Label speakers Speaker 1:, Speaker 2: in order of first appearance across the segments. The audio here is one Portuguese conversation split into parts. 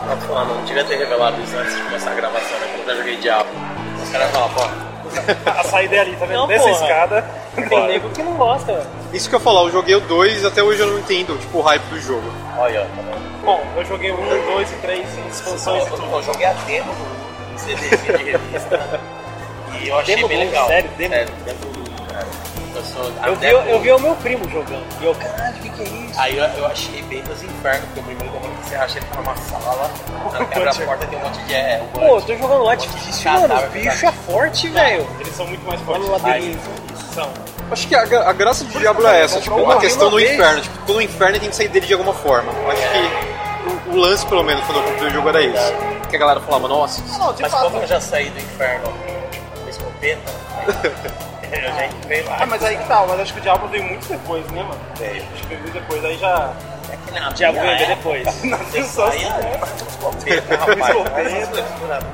Speaker 1: Ela falou, ah, não devia ter revelado isso antes de começar a gravação, né? Quando eu joguei Diablo. Os caras falam, pô,
Speaker 2: A saída é ali, tá vendo?
Speaker 1: Não,
Speaker 2: Nessa
Speaker 1: porra.
Speaker 2: escada.
Speaker 1: tem nego que não gosta, velho.
Speaker 3: Isso que eu ia falar, eu joguei o 2 até hoje eu não entendo, tipo, o hype do jogo.
Speaker 1: Olha, tá vendo?
Speaker 2: Bom, eu joguei um, dois e três em expansões e
Speaker 1: Eu,
Speaker 2: tudo.
Speaker 1: eu joguei a demo do do CDzinho de revista. né? e eu achei
Speaker 2: Demo
Speaker 1: bem
Speaker 2: bom,
Speaker 1: legal.
Speaker 2: sério, demo?
Speaker 1: Sério, demo, cara, eu um- sou
Speaker 2: Eu vi,
Speaker 1: adepto-
Speaker 2: eu vi o meu primo jogando. E eu, caralho, o que, que é isso?
Speaker 1: Aí eu, eu achei bem dos infernos, porque o primeiro demônio que você acha ele tá numa sala,
Speaker 2: O
Speaker 1: abre a
Speaker 2: Butcher.
Speaker 1: porta tem um monte de. É, o
Speaker 2: Pô, eu
Speaker 1: Butcher.
Speaker 2: tô jogando lá,
Speaker 1: Pode
Speaker 2: tipo,
Speaker 1: descatar,
Speaker 2: mano,
Speaker 1: vai
Speaker 2: o bicho é forte, velho.
Speaker 4: Eles são muito mais
Speaker 2: Olha
Speaker 4: fortes.
Speaker 2: o labirinto. São.
Speaker 3: Acho que a, gra- a graça do Diablo é essa, tipo,
Speaker 2: Uma
Speaker 3: a questão
Speaker 2: vez.
Speaker 3: do inferno. Tipo, todo inferno tem que sair dele de alguma forma. Eu Acho que o, o lance, pelo menos, quando eu comprei o jogo era isso. Que a galera falava, nossa,
Speaker 2: Não, de
Speaker 1: Mas
Speaker 2: fato.
Speaker 1: como eu já saí do inferno com escopeta, aí eu já entrei lá.
Speaker 4: Ah, mas aí que tá, mas acho que o Diablo veio muito depois, né, mano?
Speaker 1: Veio.
Speaker 4: Acho que veio depois, aí já.
Speaker 1: É que na
Speaker 2: Já
Speaker 1: minha
Speaker 2: vou ver
Speaker 1: época,
Speaker 2: depois.
Speaker 1: Eu saía com escopeta, rapaz. Escopeta.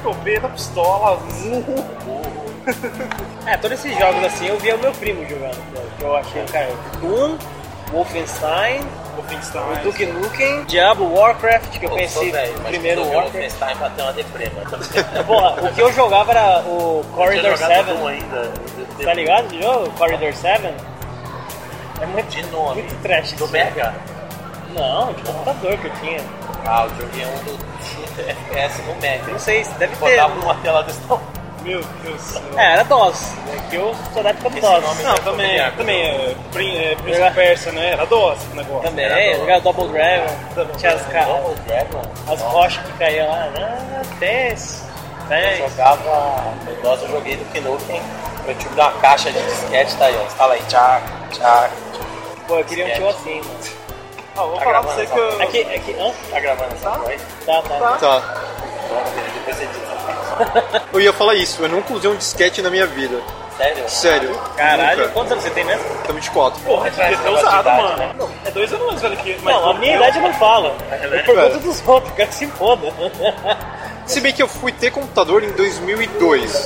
Speaker 4: Escopeta, pistola, murro.
Speaker 2: É, todos esses jogos assim eu via o meu primo jogando. pô, Que eu achei, cara, Doom, Wolfenstein,
Speaker 4: um Wolfenstein.
Speaker 2: o Duke Nukem, Diablo, Warcraft, que eu conheci primeiro
Speaker 1: o
Speaker 2: Warcraft.
Speaker 1: Wolfenstein pra ter uma deprema. Eu
Speaker 2: Porra, o que eu jogava era o
Speaker 1: tinha
Speaker 2: Corridor
Speaker 1: jogado um
Speaker 2: 7,
Speaker 1: ainda.
Speaker 2: tá ligado esse jogo? Corridor 7? É muito,
Speaker 1: De nome.
Speaker 2: muito trash.
Speaker 1: Do
Speaker 2: esse
Speaker 1: Mega.
Speaker 2: jogo. Não, de computador que eu tinha.
Speaker 1: Ah, eu joguei um do shooter FPS no Mega.
Speaker 2: Não sei, deve ter.
Speaker 1: Botava numa tela desse tamanho.
Speaker 4: Meu Deus do céu.
Speaker 2: É, era DOS. É que eu sou da época do
Speaker 1: Esse
Speaker 2: DOS.
Speaker 1: nome
Speaker 4: Não,
Speaker 1: é
Speaker 4: também,
Speaker 2: tá
Speaker 1: familiar,
Speaker 4: também, é, Prin- é, Prince
Speaker 2: Era-
Speaker 4: of Persia, né? Era doce o negócio.
Speaker 2: Também,
Speaker 1: era
Speaker 2: É, eu
Speaker 1: DOS.
Speaker 2: jogava Double Dragon, tinha as, ca-
Speaker 1: Double Dragon.
Speaker 2: as rochas que caíam lá. Ah, dez,
Speaker 1: Eu
Speaker 2: dez.
Speaker 1: jogava. Nós eu joguei do Kinoken. Eu tive uma caixa de disquete, tá aí, ó. Instala aí, tchac, tchac.
Speaker 2: Pô, eu queria um tio assim, mano.
Speaker 4: Ah,
Speaker 1: Tá
Speaker 4: vou falar pra
Speaker 1: gravando
Speaker 4: você
Speaker 1: essa
Speaker 4: que eu.
Speaker 2: É que, é que, hã?
Speaker 1: Tá gravando essa coisa?
Speaker 2: Tá, tá.
Speaker 3: tá.
Speaker 1: Depois você diz.
Speaker 3: Eu ia falar isso, eu nunca usei um disquete na minha vida.
Speaker 1: Sério?
Speaker 3: Sério.
Speaker 2: Caralho,
Speaker 3: Nunca.
Speaker 2: quantos anos você tem mesmo?
Speaker 3: Tamo de quatro.
Speaker 4: Porra,
Speaker 1: Atrás
Speaker 4: devia
Speaker 1: do
Speaker 4: ter
Speaker 1: negócio de
Speaker 4: usado,
Speaker 1: idade,
Speaker 4: mano.
Speaker 1: né?
Speaker 4: É dois anos mais velho que mas é
Speaker 2: Não,
Speaker 4: um
Speaker 2: a
Speaker 4: tudo
Speaker 2: minha
Speaker 4: bem.
Speaker 2: idade eu não falo.
Speaker 1: velho?
Speaker 2: Eu pergunto dos outros, quero que se foda.
Speaker 3: Se bem que eu fui ter computador em 2002.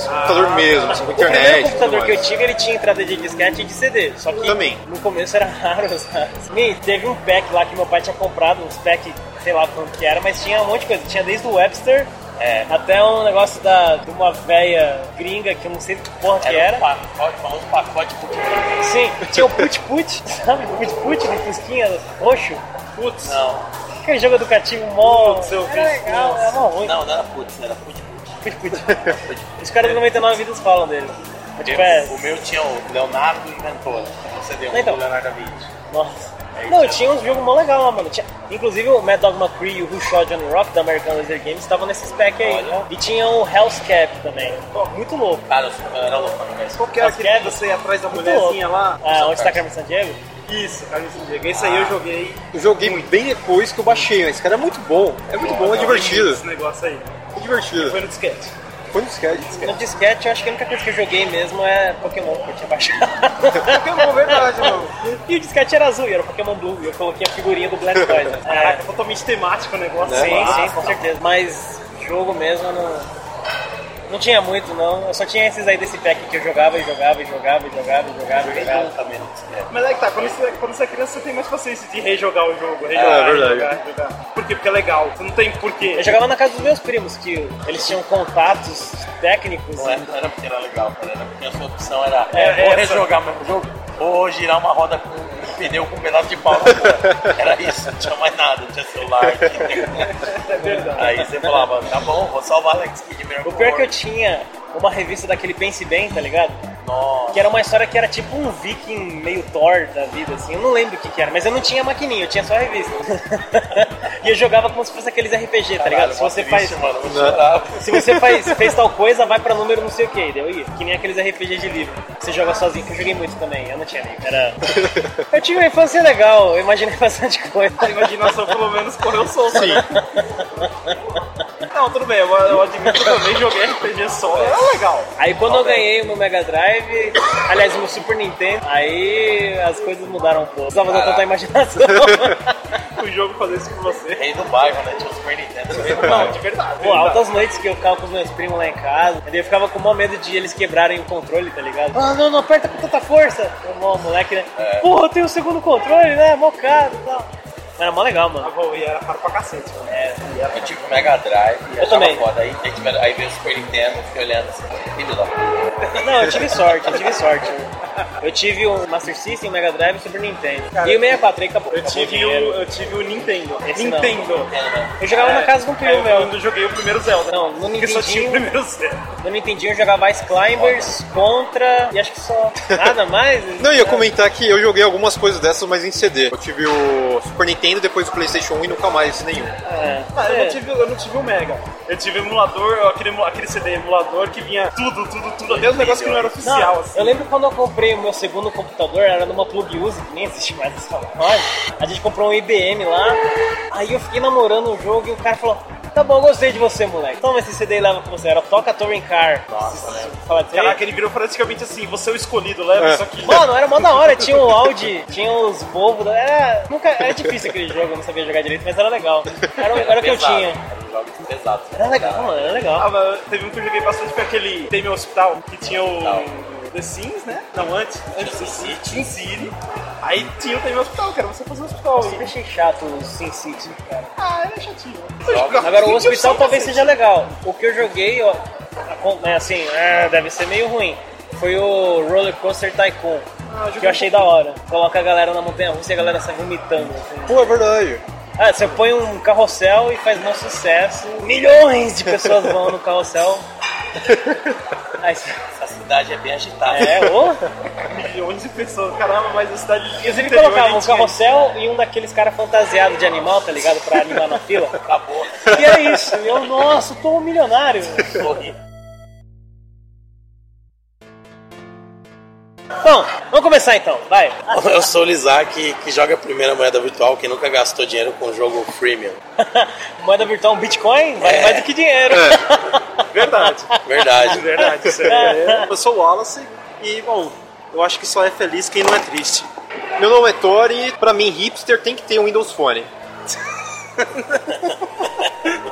Speaker 3: computador mesmo, assim, com
Speaker 2: Ah, O primeiro
Speaker 3: internet. e tudo
Speaker 2: computador que eu
Speaker 3: mais.
Speaker 2: tive, ele tinha entrada de disquete e de CD. Só que
Speaker 3: Também.
Speaker 2: no começo era raro usar. Me, teve um pack lá que meu pai tinha comprado, uns pack, sei lá quanto que era, mas tinha um monte de coisa. Tinha desde o Webster
Speaker 1: É.
Speaker 2: até um negócio da, de uma véia gringa que eu não sei que porra que
Speaker 1: Era
Speaker 2: era.
Speaker 1: um pacote, falou um pacote por
Speaker 2: Sim, tinha o Put Put, sabe? O Put Put do Fusquinha roxo.
Speaker 4: Putz,
Speaker 1: Não,
Speaker 2: Aquele jogo educativo mó.
Speaker 4: Putz, eu
Speaker 2: era
Speaker 4: fiz
Speaker 2: legal,
Speaker 4: isso.
Speaker 2: era mó ruim.
Speaker 1: não, não era putz, era put put.
Speaker 2: Put Put. Os caras do 99 vidas falam dele. Mas, tipo, é-
Speaker 1: O meu tinha o Leonardo Inventor. Você deu um
Speaker 2: Então.
Speaker 1: do Leonardo da Vinci.
Speaker 2: Nossa. Não, tinha uns jogos mó legal lá, mano. Tinha- inclusive o Mad Dog McCree e o Who Shot Johnny Rock da American Laser Games estavam nesses pack aí.
Speaker 1: Olha.
Speaker 2: E tinha o Hell's Cap também. Pô, muito louco.
Speaker 1: Cara, eu Ah, sou- eu era louco né? pra jogar isso.
Speaker 4: qual que era
Speaker 2: As quedas?
Speaker 4: aquele que você ia atrás da
Speaker 2: Muito louco.
Speaker 4: mulherzinha lá?
Speaker 2: Ah, onde está Carmen San Diego?
Speaker 4: Isso, cara, esse jogo. Esse aí eu joguei.
Speaker 3: Eu joguei bem depois que eu baixei, mas cara é muito bom. É muito bom, é divertido.
Speaker 4: Esse negócio aí.
Speaker 3: É divertido.
Speaker 4: Foi no disquete.
Speaker 3: Foi no disquete.
Speaker 2: No disquete, eu acho que a única coisa que eu joguei mesmo é Pokémon, que eu tinha baixado.
Speaker 4: Pokémon, verdade, mano.
Speaker 2: e o disquete era azul, e era o Pokémon Blue, e eu coloquei a figurinha do Black né? Toys.
Speaker 4: Caraca, totalmente temático o negócio.
Speaker 2: Sim,
Speaker 4: É. Né? Massa.
Speaker 2: sim, com certeza. Mas jogo mesmo eu não. Não tinha muito, não. Eu só tinha esses aí desse pack que eu jogava e jogava e jogava e jogava e jogava e jogava.
Speaker 1: Eu também né? não sei.
Speaker 4: Mas é que tá, quando você, quando você é criança, você tem mais paciência de rejogar o jogo, rejogar,
Speaker 3: É, verdade.
Speaker 4: rejogar, rejogar. Por quê? Porque é legal, você não tem porquê.
Speaker 2: Eu jogava na casa dos meus primos, que eles tinham contatos técnicos.
Speaker 1: Não é? era, não era porque era legal, cara. Era porque a sua opção era
Speaker 4: É,
Speaker 1: ou
Speaker 4: essa.
Speaker 1: rejogar o mesmo jogo, ou girar uma roda com um pneu com um pedaço de pau. na roda. Era isso, não tinha mais nada, não tinha celular, não tinha internet.
Speaker 4: É verdade.
Speaker 1: Aí você falava, tá bom, vou salvar Alex Kidd mesmo.
Speaker 2: O pior é que eu tinha uma revista daquele Pense Bem, tá ligado?
Speaker 1: Nossa.
Speaker 2: Que era uma história que era tipo um viking meio Thor da vida, assim. Eu não lembro o que, que era, mas eu não tinha maquininha, eu tinha só a revista. e eu jogava como se fosse aqueles RPG, tá ligado? Se você faz. Né?
Speaker 1: Mano, eu chorava.
Speaker 2: Se você faz, fez tal coisa, vai pra número não sei o que. Daí eu ia. Que nem aqueles RPG de livro. Você joga sozinho, que eu joguei muito também. Eu não tinha livro. Era... Eu tive uma infância legal, eu imaginei bastante coisa.
Speaker 4: A imaginação pelo menos correu solta. Sim. Não, tudo bem, eu, eu admito também, joguei RPG solo, era É legal.
Speaker 2: Aí quando eu ganhei o meu Mega Drive, aliás, o meu Super Nintendo, aí as coisas mudaram um pouco. Não precisava usar tanta imaginação.
Speaker 4: O jogo fazer isso com você.
Speaker 1: Rei do bairro, né? Tinha o Super Nintendo, rei do
Speaker 4: Não, de
Speaker 1: bairro.
Speaker 4: verdade.
Speaker 2: Pô, altas noites que eu ficava com os meus primos lá em casa, daí eu ficava com o maior medo de eles quebrarem o controle, tá ligado? Ah, não, não
Speaker 3: É.
Speaker 2: aperta com tanta força. Eu, mó moleque, né? Porra, eu tenho o segundo controle, né? Mocado e tal. Era mó legal,
Speaker 4: A
Speaker 2: mano.
Speaker 4: Huawei era caro pra cacete, mano.
Speaker 2: É.
Speaker 1: Eu tive o Mega Drive e achava
Speaker 2: também.
Speaker 1: foda. Aí, aí, tiveram- aí veio o Super Nintendo, fiquei olhando assim, filho da puta.
Speaker 2: Não, eu tive sorte, eu tive sorte. Eu tive o Master System, o Mega Drive e o Super Nintendo.
Speaker 4: Cara,
Speaker 2: e o 64 aí acabou.
Speaker 4: Eu
Speaker 2: acabou
Speaker 4: tive, o,
Speaker 2: dinheiro.
Speaker 4: eu tive o Nintendo.
Speaker 2: Esse não.
Speaker 4: Nintendo.
Speaker 2: Eu jogava na casa do
Speaker 4: É, Aí
Speaker 2: primo,
Speaker 4: eu
Speaker 2: meu.
Speaker 4: quando joguei o primeiro Zelda.
Speaker 2: Não, no
Speaker 4: Porque só tinha
Speaker 2: Nintendinho-
Speaker 4: o primeiro Zelda.
Speaker 2: Eu não entendi, eu jogava Ice Climbers, Contra e acho que só. Nada mais?
Speaker 3: Não, eu ia comentar que eu joguei algumas coisas dessas, mas em CD. Eu tive o Super Nintendo, depois o PlayStation 1 e nunca mais nenhum.
Speaker 2: É.
Speaker 4: Ah, eu,
Speaker 2: É.
Speaker 4: não tive, eu não tive o Mega. Eu tive o emulador, aquele, emu- aquele CD emulador que vinha tudo, tudo, tudo, até os negócios que não eram
Speaker 2: Não,
Speaker 4: oficial, assim.
Speaker 2: Eu lembro quando eu comprei o meu segundo computador, era numa plug use, que nem existe mais essa loja. A gente comprou um IBM lá, aí eu fiquei namorando um jogo e o cara falou. Tá bom, gostei de você, moleque. Toma esse CD e leva pra você. Era o Toca Touring Car.
Speaker 1: Nossa, né?
Speaker 2: Fala disso aí?
Speaker 4: Caraca, ele virou praticamente assim, você é o escolhido, leva
Speaker 3: É.
Speaker 4: isso aqui.
Speaker 2: Mano, era mó da hora, tinha o Audi, tinha os Volvo, era, nunca, era difícil aquele jogo, eu não sabia jogar direito, mas era legal. Era, o- era o que eu
Speaker 1: Pesado.
Speaker 2: tinha.
Speaker 1: Era um jogo pesado.
Speaker 2: Era legal, mano, era
Speaker 4: Ah,
Speaker 2: legal.
Speaker 4: mas teve um que eu joguei bastante foi aquele Tem Meu Hospital, que tinha o The Sims, né? Não, antes. Antes do City. City. Aí tinha o Tem Meu Hospital, que era você fazer o hospital.
Speaker 2: Eu achei chato o Sin City, cara.
Speaker 4: Ah, era chatinho.
Speaker 2: Agora, o hospital talvez seja legal. O que eu joguei, ó, acon- né, assim, ah, deve ser meio ruim. Foi o Roller Coaster Tycoon,
Speaker 4: Ah,
Speaker 2: que eu achei da hora. Coloca a galera na montanha russa e a galera sai vomitando. assim.
Speaker 3: Pô, é verdade.
Speaker 2: Ah, você põe um carrossel e faz um sucesso. Milhões de pessoas vão no carrossel. Aí você-
Speaker 1: Essa cidade é bem agitada.
Speaker 2: É, ô.
Speaker 4: Milhões de pessoas, caramba, mas a cidade.
Speaker 2: E eles
Speaker 4: interior
Speaker 2: colocavam
Speaker 4: nem
Speaker 2: um
Speaker 4: tinha
Speaker 2: carrossel e um daqueles caras fantasiados de animal, tá ligado? Pra animar na fila.
Speaker 1: Acabou.
Speaker 2: E é isso. E Eu, nossa, tô um milionário.
Speaker 1: Sorri.
Speaker 2: Bom, vamos começar então, vai.
Speaker 1: Eu sou o Lizak, que joga a primeira moeda virtual, que nunca gastou dinheiro com o jogo freemium.
Speaker 2: Moeda virtual, um Bitcoin, vale
Speaker 1: É.
Speaker 2: mais do que dinheiro.
Speaker 4: isso. Verdade,
Speaker 1: Verdade.
Speaker 4: verdade, isso é.
Speaker 3: Eu sou o Wallace e, bom, eu acho que só é feliz quem não é triste. Meu nome é Tori, pra mim, hipster tem que ter um Windows Phone.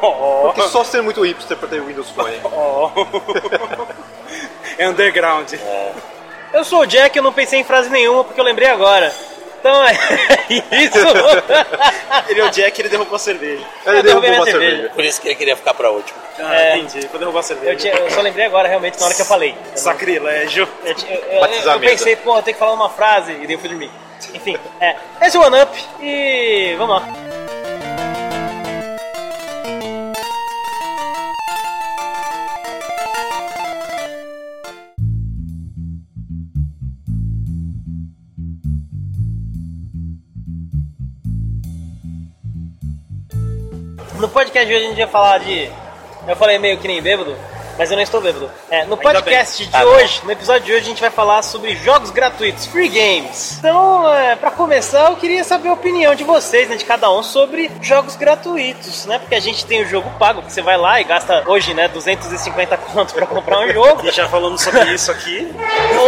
Speaker 3: Porque só ser muito hipster pra ter um Windows Phone.
Speaker 4: É underground.
Speaker 2: Eu sou o Jack, eu não pensei em frase nenhuma porque eu lembrei agora. Então é isso.
Speaker 4: Ele é o Jack, ele derrubou a cerveja.
Speaker 3: Aí
Speaker 2: Eu
Speaker 3: eu derrubou
Speaker 2: derrubei
Speaker 3: uma
Speaker 2: a cerveja.
Speaker 3: cerveja.
Speaker 1: Por isso que ele queria ficar pra último.
Speaker 4: Ah,
Speaker 2: É.
Speaker 4: entendi. Foi derrubar a cerveja.
Speaker 2: eu, tinha- eu só lembrei agora, realmente, na hora que eu falei.
Speaker 4: Sacrilégio.
Speaker 2: Eu, ti- eu- eu-
Speaker 3: Batizar
Speaker 2: eu
Speaker 3: a mesa.
Speaker 2: pensei, porra, eu tenho que falar uma frase e daí eu fui dormir. Enfim, é. Esse é o One Up e vamos lá. No podcast de hoje a gente vai falar de. Eu falei meio que nem bêbado, mas eu não estou bêbado. É, no podcast
Speaker 4: Tá
Speaker 2: de hoje, no episódio de hoje, a gente vai falar sobre jogos gratuitos, free games. Então, é, para começar, eu queria saber a opinião de vocês, né, de cada um, sobre jogos gratuitos, né? Porque a gente tem o jogo pago, que você vai lá e gasta hoje, né, 250 conto pra comprar um jogo.
Speaker 4: E já falamos sobre isso aqui.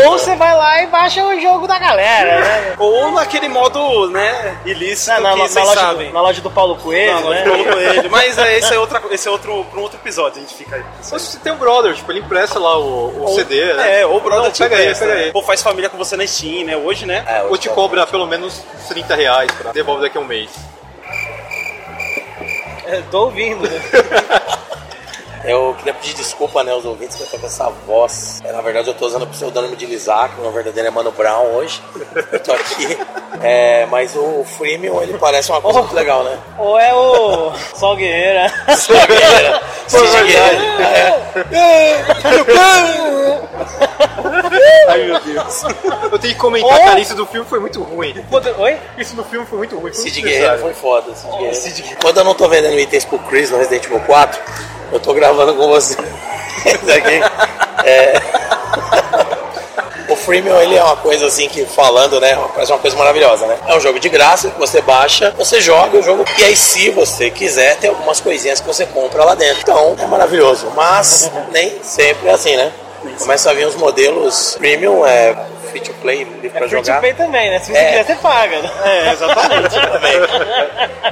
Speaker 2: ou você vai lá e baixa o jogo da galera, né?
Speaker 4: Ou naquele modo, né, ilícito
Speaker 2: Na, na-
Speaker 4: que
Speaker 2: na
Speaker 4: vocês
Speaker 2: loja do,
Speaker 4: sabem.
Speaker 2: na loja do Paulo Coelho,
Speaker 4: Não,
Speaker 2: né?
Speaker 4: não, não, não, ele. Mas é, esse é, outra, esse é outro, pra um outro episódio, a gente fica aí.
Speaker 3: Mas você tem um brother, tipo, ele empresta lá o, o CD, né?
Speaker 4: É, ou o brother
Speaker 3: Não,
Speaker 4: te
Speaker 3: pega aí,
Speaker 4: empresta,
Speaker 3: pega
Speaker 4: né?
Speaker 3: aí.
Speaker 4: Ou faz família com você na Steam, né, hoje, né?
Speaker 1: É,
Speaker 3: Ou te cobra pelo menos 30 reais pra devolver daqui a um mês.
Speaker 2: Eu tô ouvindo.
Speaker 1: Eu queria pedir desculpa, né, aos ouvintes que eu tô com essa voz. É, na verdade, eu tô usando o pseudônimo de Lizak, meu verdadeiro é Mano Brown hoje. Eu tô aqui. É, mas o Freemium, ele parece uma coisa muito legal, né?
Speaker 2: Ou é o Sol é? Guerreira.
Speaker 1: Pô,
Speaker 3: é verdade. Ai meu Deus. Eu tenho que comentar,
Speaker 2: Ou-
Speaker 3: cara, isso do filme foi muito ruim.
Speaker 2: Puta, Oi?
Speaker 3: Isso do filme foi muito ruim. Foi
Speaker 1: Cid
Speaker 3: muito
Speaker 1: Guerreiro
Speaker 3: necessário.
Speaker 1: foi foda. Cid Guerreiro. Quando eu não tô vendendo itens pro Chris no Resident Evil 4, eu tô gravando com você. Isso aqui. É. O freemium ele é uma coisa assim que falando, né? Parece uma coisa maravilhosa, né? É um jogo de graça que você baixa, você joga o jogo e aí se você quiser tem algumas coisinhas que você compra lá dentro. Então é maravilhoso, mas nem sempre é assim, né? Começa a vir uns modelos premium, é free to play livre pra
Speaker 2: É free to
Speaker 1: jogar.
Speaker 2: pay também, né? Se você
Speaker 1: É.
Speaker 2: quiser, você paga. né?
Speaker 4: É, exatamente.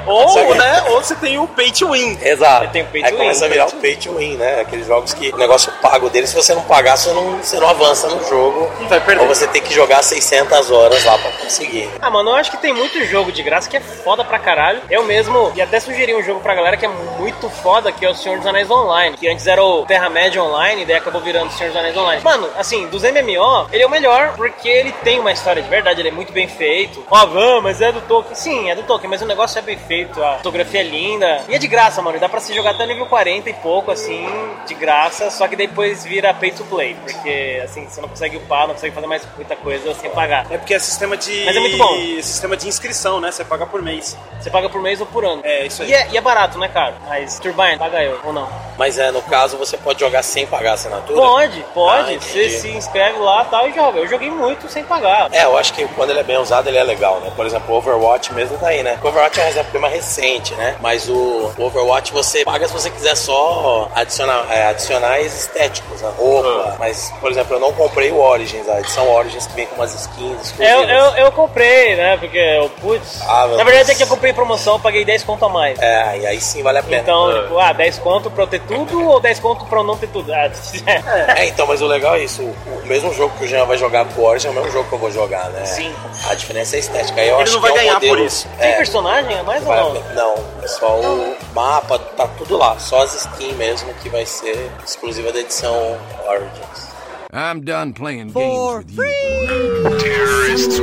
Speaker 1: Só
Speaker 4: ou,
Speaker 1: que-
Speaker 4: né, ou você tem o pay to win.
Speaker 1: Exato.
Speaker 2: Tem o pay
Speaker 1: Aí
Speaker 2: to
Speaker 1: começa
Speaker 2: win, né?
Speaker 1: a virar o pay to win, né? Aqueles jogos que o negócio pago dele, se você não pagar, você não, você não avança no jogo.
Speaker 4: Vai perder.
Speaker 1: Ou você tem que jogar 600 horas lá pra conseguir.
Speaker 2: Ah, mano, eu acho que tem muito jogo de graça que é foda pra caralho. Eu mesmo ia até sugerir um jogo pra galera que é muito foda, que é o Senhor dos Anéis Online. Que antes era o Terra-média Online, e daí acabou virando o Senhor dos Anéis Online. Mano, assim, dos MMO, ele é o melhor porque ele tem uma história de verdade, ele é muito bem feito. Ó, van, mas é do Tolkien. Sim, é do Tolkien, mas o negócio é bem feito, a fotografia é linda. E é de graça, mano, dá pra se jogar até nível 40 e pouco, assim, de graça. Só que depois vira pay to play, porque, assim, você não consegue upar, não consegue fazer mais muita coisa sem pagar.
Speaker 4: É porque é sistema de.
Speaker 2: Mas é muito bom.
Speaker 4: Sistema de inscrição, né? Você paga por mês.
Speaker 2: Você paga por mês ou por ano.
Speaker 4: É, isso aí.
Speaker 2: E é, e é barato, né, cara? Mas Turbine, paga eu, ou não?
Speaker 1: Mas é, no caso, você pode jogar sem pagar a assinatura?
Speaker 2: Pode,
Speaker 1: Ah,
Speaker 2: pode.
Speaker 1: entendi.
Speaker 2: Você se inscreve lá tal e joga. Eu joguei muito sem pagar.
Speaker 1: É, eu acho que quando ele é bem usado, ele é legal, né? Por exemplo, o Overwatch mesmo tá aí, né? O Overwatch é um exemplo bem mais recente, né? Mas o o Overwatch você paga se você quiser só adicionar, é, adicionais estéticos, né? roupa.
Speaker 2: Ah.
Speaker 1: Mas, por exemplo, eu não comprei o Origins, a edição Origins que vem com umas skins
Speaker 2: É, Eu,
Speaker 1: exclusivas.
Speaker 2: eu, eu comprei, né? Porque eu, putz.
Speaker 1: É, Ah, meu
Speaker 2: na verdade
Speaker 1: Deus.
Speaker 2: é que eu comprei em promoção, eu paguei 10 conto a mais.
Speaker 1: É, e aí sim vale a pena.
Speaker 2: Então, tipo, ah, 10 conto pra eu ter tudo ou 10 conto pra eu não ter tudo? Ah, é.
Speaker 1: É, então, mas o legal é isso. O o mesmo jogo que o Jean vai jogar pro Origin é o mesmo jogo que eu vou jogar, né?
Speaker 2: Sim.
Speaker 1: A diferença é estética. Aí eu
Speaker 4: Ele
Speaker 1: acho
Speaker 4: não vai
Speaker 1: que é um
Speaker 4: ganhar
Speaker 1: modelo-
Speaker 4: por isso.
Speaker 2: Tem
Speaker 1: É,
Speaker 2: personagem a mais ou
Speaker 1: Vai
Speaker 2: não?
Speaker 1: abrir. Não, é só o mapa, tá tudo lá, só as skins mesmo que vai ser exclusiva da edição Origins.
Speaker 5: I'm done playing games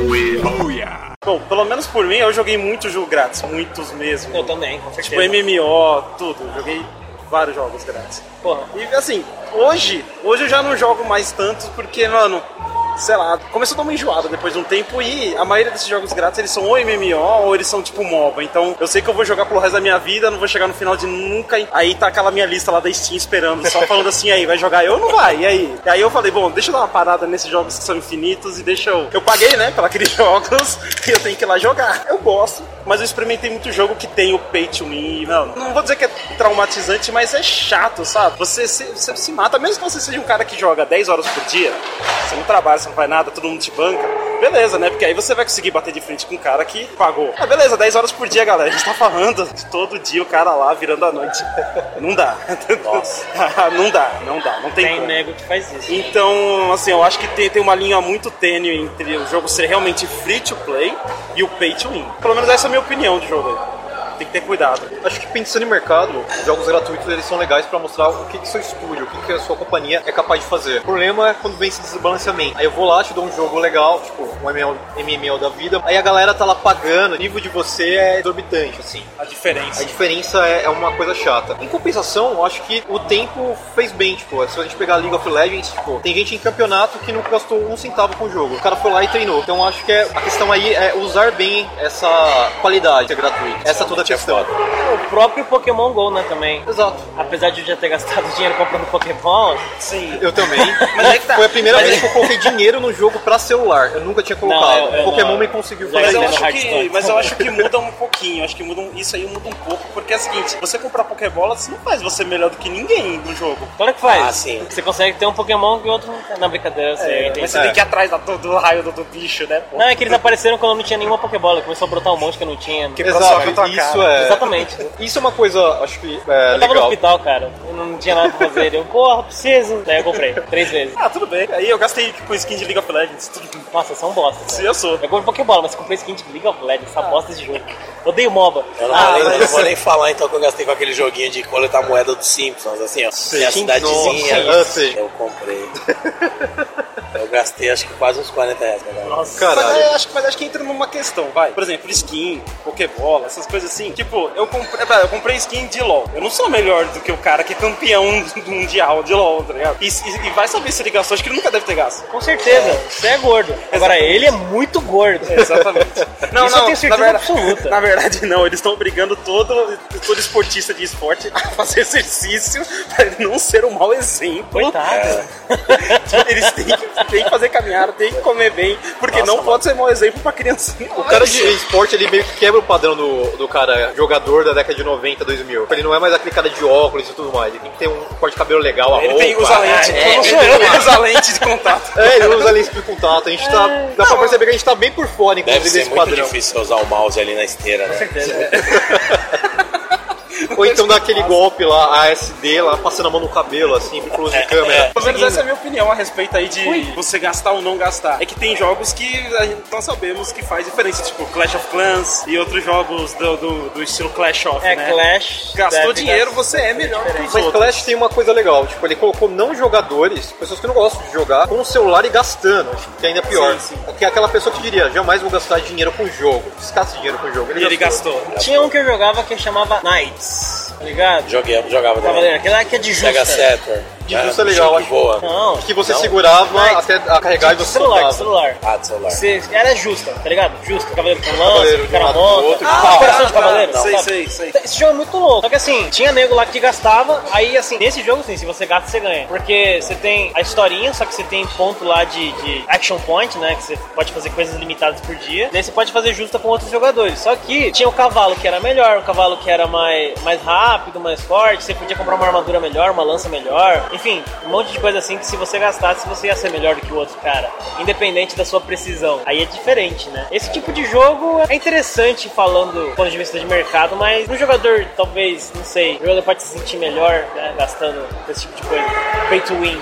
Speaker 5: with you.
Speaker 4: Bom, pelo menos por mim, eu joguei muito jogo grátis. Muitos mesmo.
Speaker 2: Eu também, com
Speaker 4: Tipo
Speaker 2: certeza.
Speaker 4: MMO, tudo. Eu Joguei vários jogos grátis.
Speaker 2: Porra.
Speaker 4: E assim, hoje, hoje eu já não jogo mais tanto porque, mano, sei lá, começou a dar uma enjoada depois de um tempo e a maioria desses jogos grátis eles são ou MMO ou eles são tipo MOBA. Então eu sei que eu vou jogar pelo resto da minha vida, não vou chegar no final de nunca. Aí tá aquela minha lista lá da Steam esperando, só falando assim, "E aí, vai jogar eu ou não vai? E aí? E aí eu falei, bom, deixa eu dar uma parada nesses jogos que são infinitos e deixa eu. Eu paguei, né, pela aqueles jogos e eu tenho que ir lá jogar. Eu gosto, mas eu experimentei muito jogo que tem o pay to win, mano. Não vou dizer que é traumatizante, mas é chato, sabe? Você se, você se mata, mesmo que você seja um cara que joga 10 horas por dia, você não trabalha, você não faz nada, todo mundo te banca. Beleza, né? Porque aí você vai conseguir bater de frente com um cara que pagou. Ah, beleza, 10 horas por dia, galera. A gente tá falando de todo dia o cara lá virando a noite. Não dá. Ah,
Speaker 1: Nossa.
Speaker 4: não dá, não dá. Não tem,
Speaker 2: Tem
Speaker 4: como.
Speaker 2: nego que faz isso.
Speaker 4: Então, assim, eu acho que tem, tem uma linha muito tênue entre o jogo ser realmente free to play e o pay to win. Pelo menos essa é a minha opinião de jogo aí. Tem que ter cuidado.
Speaker 6: Acho que pensando em mercado, os jogos gratuitos eles são legais pra mostrar o que, que seu estúdio, o que, que a sua companhia é capaz de fazer. O problema é quando vem esse desbalanceamento. Aí eu vou lá, te dou um jogo legal, tipo um MMO, MMO da vida, aí a galera tá lá pagando, o nível de você é exorbitante, assim.
Speaker 4: A
Speaker 6: A
Speaker 4: diferença.
Speaker 6: diferença é, é uma coisa chata. Em compensação, eu acho que o tempo fez bem, tipo, se a gente pegar League of Legends, tipo, tem gente em campeonato que não gastou um centavo com o jogo. O cara foi lá e treinou. Então eu acho que é- a questão aí é usar bem essa qualidade que é gratuita. Essa toda a questão.
Speaker 2: O próprio Pokémon GO, né, também.
Speaker 6: Exato.
Speaker 2: Apesar de eu já ter gastado dinheiro comprando Pokémon,
Speaker 4: Sim.
Speaker 6: Eu também.
Speaker 4: Mas é que tá.
Speaker 6: Foi a primeira
Speaker 4: Mas
Speaker 6: vez que eu coloquei dinheiro no jogo pra celular. Eu nunca tinha colocado.
Speaker 2: Não, eu- eu
Speaker 6: Pokémon
Speaker 2: não.
Speaker 6: me conseguiu
Speaker 2: Já
Speaker 6: fazer
Speaker 4: Mas eu,
Speaker 2: Vai
Speaker 6: isso.
Speaker 2: vendo
Speaker 4: acho que,
Speaker 2: Hearthstone.
Speaker 4: mas eu acho que muda um pouquinho, eu acho que muda um- isso aí muda um pouco, porque é o seguinte, você comprar Pokébolas não faz você melhor do que ninguém no jogo.
Speaker 2: claro é que faz.
Speaker 1: Ah, sim.
Speaker 2: Você consegue ter um Pokémon que o outro não tem. Não, brincadeira, eu sei, eu entendi.
Speaker 4: É, mas você tem que ir atrás da- do, do raio do, do bicho, né? Pô?
Speaker 2: Não, é que eles apareceram quando eu não tinha nenhuma Pokébola. Começou a brotar um monte que eu não tinha.
Speaker 4: só com a
Speaker 6: Exato.
Speaker 4: tua
Speaker 6: Isso
Speaker 4: cara.
Speaker 6: é.
Speaker 2: Exatamente.
Speaker 6: Isso é uma coisa, acho que é
Speaker 2: Eu tava no
Speaker 6: legal.
Speaker 2: hospital, cara. Eu não tinha nada pra fazer. Eu, porra, preciso. Daí eu comprei. Três vezes.
Speaker 4: Ah, tudo bem. Aí eu gastei com skin de League of Legends, tudo bem.
Speaker 2: Nossa, são bosta.
Speaker 4: Se
Speaker 2: Cara.
Speaker 4: eu sou.
Speaker 2: Eu comprei Pokébola, mas comprei skin de League of Legends. Essa bosta de jogo. Odeio MOBA. Ah,
Speaker 1: Eu não,
Speaker 4: Ah,
Speaker 1: vou, nem, não vou nem falar então que eu gastei com aquele joguinho de coletar moeda dos Simpsons, assim, ó. Minha cidadezinha.
Speaker 6: Nossa, eu sei.
Speaker 1: eu comprei. eu gastei acho que quase uns 40 reais, galera.
Speaker 2: Nossa.
Speaker 6: Caralho.
Speaker 4: Mas, eu acho, mas acho que entra numa questão, vai. Por exemplo, skin, Pokébola, essas coisas assim. Tipo, eu comprei, vai, eu comprei skin de LOL. Eu não sou melhor do que o cara que é campeão do mundial de LOL, tá ligado? E, e- e vai saber se ele gastou, acho que ele nunca deve ter gasto.
Speaker 2: Com certeza. Você é gordo. Agora,
Speaker 4: Exatamente.
Speaker 2: ele é muito gordo.
Speaker 4: Exatamente. Não,
Speaker 2: Isso eu
Speaker 4: não,
Speaker 2: tenho certeza
Speaker 4: na verdade,
Speaker 2: absoluta.
Speaker 4: Na verdade, não. Eles estão obrigando todo, todo esportista de esporte a fazer exercício pra ele não ser um mau exemplo.
Speaker 2: Coitado.
Speaker 4: Eles têm que, têm tem que fazer caminhada, tem que comer bem, porque não pode ser mau exemplo pra criancinha.
Speaker 6: O cara de esporte, ele meio que quebra o padrão do, do cara jogador da década de 90, 2000. Ele não é mais aquele cara de óculos e tudo mais. Ele tem que ter um corte de cabelo legal, a
Speaker 4: Ele
Speaker 6: roupa.
Speaker 4: tem usa lente,
Speaker 1: é,
Speaker 4: não sou eu, usa lente de contato.
Speaker 6: É, ele usa lente de contato. A gente tá... Dá pra perceber que a gente tá bem por fora,
Speaker 1: Deve
Speaker 6: inclusive,
Speaker 1: ser
Speaker 6: desse
Speaker 1: muito
Speaker 6: padrão.
Speaker 1: difícil usar o mouse ali na esteira, né?
Speaker 6: Ou então dá aquele golpe lá, ASD, lá, passando a mão no cabelo, assim, pro close de câmera.
Speaker 4: é. Pelo menos essa é a minha opinião a respeito aí de você gastar ou não gastar. É que tem jogos que a gente- nós sabemos que faz diferença, tipo Clash of Clans e outros jogos do, do- do estilo Clash of,
Speaker 2: É
Speaker 4: né?
Speaker 2: Clash.
Speaker 4: Gastou
Speaker 2: deve
Speaker 4: dinheiro,
Speaker 2: gastar.
Speaker 4: você é melhor que os
Speaker 6: Mas
Speaker 4: outros.
Speaker 6: Clash tem uma coisa legal, tipo, ele colocou não jogadores, pessoas que não gostam de jogar, com o celular e gastando, acho que ainda é pior.
Speaker 4: Sim,
Speaker 6: Que é aquela pessoa que diria, jamais vou gastar dinheiro com o jogo, descasse dinheiro com o jogo.
Speaker 4: Ele gastou.
Speaker 2: Tinha um que eu jogava que chamava Knights, tá ligado?
Speaker 1: Joguei, jogava
Speaker 2: Cavaleiro,
Speaker 1: também.
Speaker 2: aquele lá que é de justa.
Speaker 1: Sega Saturn. né?
Speaker 6: De justa é legal, acho.
Speaker 1: Boa.
Speaker 2: Não,
Speaker 6: Que você
Speaker 1: Não.
Speaker 6: segurava
Speaker 2: Mas-
Speaker 6: até a carregar e
Speaker 2: de
Speaker 6: você
Speaker 2: celular, de
Speaker 6: soltava.
Speaker 2: celular.
Speaker 1: Ah, de celular.
Speaker 2: Você, era justa, tá ligado? Justa, cavaleiro com
Speaker 6: Cavaleiro
Speaker 2: lança,
Speaker 6: de um
Speaker 2: cara
Speaker 6: lado pro
Speaker 2: monta,
Speaker 6: outro,
Speaker 2: ah,
Speaker 6: pau.
Speaker 2: coração de cavaleiro,
Speaker 4: sei,
Speaker 2: sabe?
Speaker 4: sei, sei.
Speaker 2: Esse jogo é muito louco. Só que assim, tinha nego lá que gastava, aí assim, nesse jogo sim, se você gasta, você ganha. Porque você tem a historinha, só que você tem ponto lá de, de action point, né? Que você pode fazer coisas limitadas por dia. Daí você pode fazer justa com outros jogadores. Só que tinha o cavalo que era melhor, o cavalo que era mais, mais rápido, mais forte, você podia comprar uma armadura melhor, uma lança melhor. Enfim, um monte de coisa assim que se você gastasse, você ia ser melhor do que o outro cara. Independente da sua precisão. Aí é diferente, né? Esse tipo de jogo é interessante falando do ponto de vista de mercado, mas um jogador, talvez, não sei, o jogador pode se sentir melhor, né? Gastando esse tipo de coisa. Pay to win.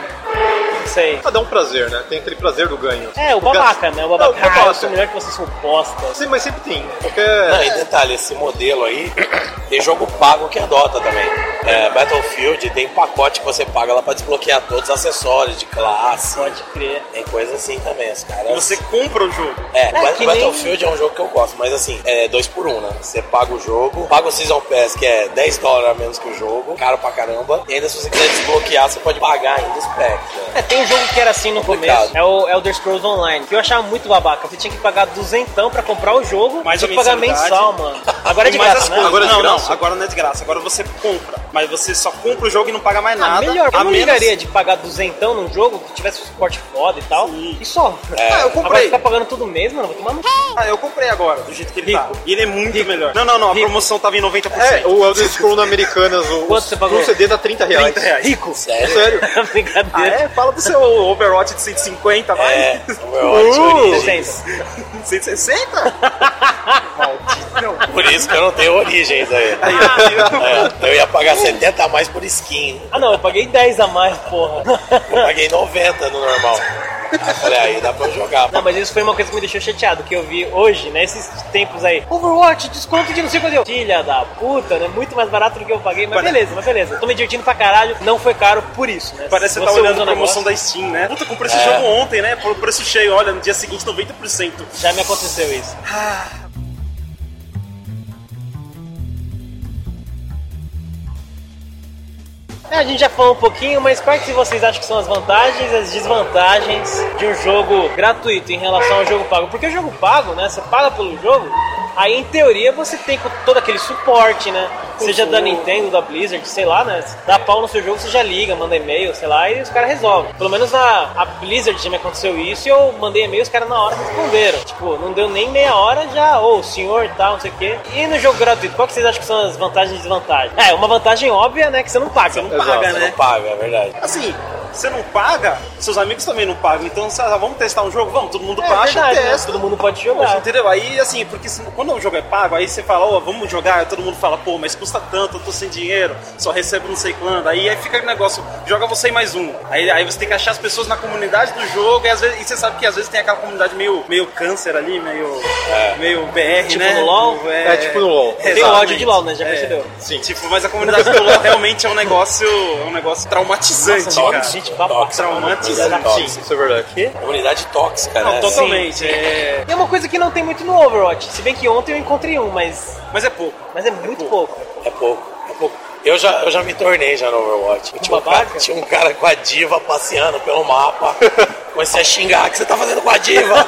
Speaker 2: Não sei.
Speaker 6: Ah, dá um prazer, né? Tem aquele prazer do ganho.
Speaker 2: É, o babaca, né? O babaca.
Speaker 6: Não, o
Speaker 2: Ah, eu
Speaker 6: babaca.
Speaker 2: sou melhor que vocês são bosta.
Speaker 6: Sim, mas sempre tem. Porque
Speaker 1: Não, e detalhe, esse modelo aí, tem jogo pago que adota também. É, Battlefield tem pacote que você paga lá pra desbloquear todos os acessórios de classe.
Speaker 2: Pode crer.
Speaker 1: Tem coisa assim também, os caras.
Speaker 4: Você compra o jogo.
Speaker 1: É, Bat-
Speaker 2: que nem-
Speaker 1: Battlefield é um jogo que eu gosto, mas assim, é dois por um, né? Você paga o jogo, paga o Season Pass, que é 10 dólares a menos que o jogo, caro pra caramba, e ainda se você quiser desbloquear, você pode pagar ainda os packs, né?
Speaker 2: É, tem um jogo que era assim no começo,
Speaker 1: Complicado.
Speaker 2: é o Elder Scrolls Online, que eu achava muito babaca. Você tinha que pagar duzentão pra comprar o jogo,
Speaker 4: Mais
Speaker 2: tinha
Speaker 4: a
Speaker 2: que pagar
Speaker 4: mensalidade.
Speaker 2: mensal, mano. Agora é de
Speaker 4: Tem mais
Speaker 2: graça,
Speaker 4: as
Speaker 2: né?
Speaker 4: coisas.
Speaker 6: Agora é de
Speaker 4: não,
Speaker 6: graça?
Speaker 4: não, agora não é de graça. Agora você compra. Mas você só compra o jogo e não paga mais
Speaker 2: Ah,
Speaker 4: nada.
Speaker 2: melhor, eu
Speaker 4: a
Speaker 2: não
Speaker 4: menos-
Speaker 2: ligaria de pagar duzentão num jogo que tivesse um suporte foda e tal.
Speaker 4: Sim.
Speaker 2: E só.
Speaker 4: Ah, eu
Speaker 2: Agora
Speaker 4: comprei.
Speaker 2: ficar pagando todo mês, mano, vou tomar no c...
Speaker 4: Ah, eu comprei agora, do jeito que ele
Speaker 2: Rico.
Speaker 4: tá. E ele é muito melhor. Não, não, não. A promoção tava em 90%.
Speaker 6: é, o Elder Scrolls no Americanas, o,
Speaker 2: Quanto você pagou?
Speaker 6: o CD dá 30 reais.
Speaker 4: 30 reais. é, Rico.
Speaker 1: Sério?
Speaker 6: Sério?
Speaker 4: Ah,
Speaker 2: Brincadeira.
Speaker 4: é? Fala do seu Overwatch de 150, vai.
Speaker 1: É, Overwatch
Speaker 4: Uh!
Speaker 1: Origins.
Speaker 2: Licença.
Speaker 4: 160?
Speaker 1: Por isso que eu não tenho Origins aí.
Speaker 4: tá
Speaker 1: É, eu ia pagar 70 a mais por skin.
Speaker 2: Ah não, eu paguei 10 a mais, porra.
Speaker 1: Eu paguei 90 no normal. Aí falei, aí dá pra eu jogar.
Speaker 2: Não, mas isso foi uma coisa que me deixou chateado, que eu vi hoje, nesses tempos aí. Overwatch, desconto de não sei quanto. Filha da puta, né? Muito mais barato do que eu paguei, mas
Speaker 4: Pare-
Speaker 2: beleza, mas beleza. Tô me divertindo pra caralho, não foi caro por isso, né?
Speaker 4: Parece
Speaker 2: Se
Speaker 4: que você tá olhando
Speaker 2: usa
Speaker 4: a
Speaker 2: o
Speaker 4: promoção
Speaker 2: negócio,
Speaker 4: da Steam, né? Puta, comprei esse jogo ontem, né? Por preço cheio. Olha, no dia seguinte, 90%.
Speaker 2: Já me aconteceu isso. É, a gente já falou um pouquinho, mas quais que vocês acham que são as vantagens e as desvantagens de um jogo gratuito em relação ao jogo pago? Porque o jogo pago, né? Você paga pelo jogo, aí em teoria você tem com todo aquele suporte, né? Seja da Nintendo, da Blizzard, sei lá, né? Se Dá pau no seu jogo, você já liga, manda e-mail, sei lá, e os caras resolvem. Pelo menos na a Blizzard já me aconteceu isso e eu mandei e-mail, os caras na hora responderam. Tipo, não deu nem meia hora já, ô, o senhor e tal, não sei o quê. E no jogo gratuito, qual que vocês acham que são as vantagens e desvantagens? É, uma vantagem óbvia, né? Que você não paga. Você não
Speaker 4: Exato.
Speaker 1: Não,
Speaker 4: paga,
Speaker 1: você
Speaker 4: né?
Speaker 1: não paga, é verdade.
Speaker 4: Assim, você não paga, seus amigos também não pagam. Então, sabe, ah, vamos testar um jogo? Vamos, todo mundo
Speaker 2: É
Speaker 4: baixa,
Speaker 2: verdade, né?
Speaker 4: testa.
Speaker 2: Todo mundo pode
Speaker 4: Poxa,
Speaker 2: jogar.
Speaker 4: entendeu? Aí, assim, porque se- quando o jogo é pago, aí você fala, ó, vamos jogar, aí todo mundo fala, pô, mas custa tanto, eu tô sem dinheiro, só recebo não sei quando. Aí, aí fica o negócio, joga você e mais um. Aí, aí você tem que achar as pessoas na comunidade do jogo, e, às vezes, e você sabe que às vezes tem aquela comunidade meio, meio câncer ali, meio, meio BR,
Speaker 2: Tipo
Speaker 4: né?
Speaker 2: no LoL?
Speaker 6: É tipo no LoL. É.
Speaker 2: Tem
Speaker 4: Exatamente.
Speaker 2: ódio de LoL, né? Já percebeu?
Speaker 4: Sim. Tipo, mas a comunidade do LoL realmente é um negócio, é um negócio traumatizante,
Speaker 2: Nossa,
Speaker 4: cara.
Speaker 2: gente, babaca.
Speaker 1: Comunidade
Speaker 4: Traumatizante.
Speaker 1: tóxica.
Speaker 6: Isso é verdade.
Speaker 1: Comunidade tóxica,
Speaker 4: Não,
Speaker 1: né?
Speaker 4: totalmente. É...
Speaker 2: E é uma coisa que não tem muito no Overwatch. Se bem que ontem eu encontrei um, mas,
Speaker 4: Mas é pouco.
Speaker 2: mas é muito pouco.
Speaker 1: É pouco, é pouco. Eu já, eu já me tornei já no Overwatch. Tinha um,
Speaker 2: babaca?
Speaker 1: cara, tinha um cara com a diva passeando pelo mapa. Comecei a xingar, o que você tá fazendo com a diva?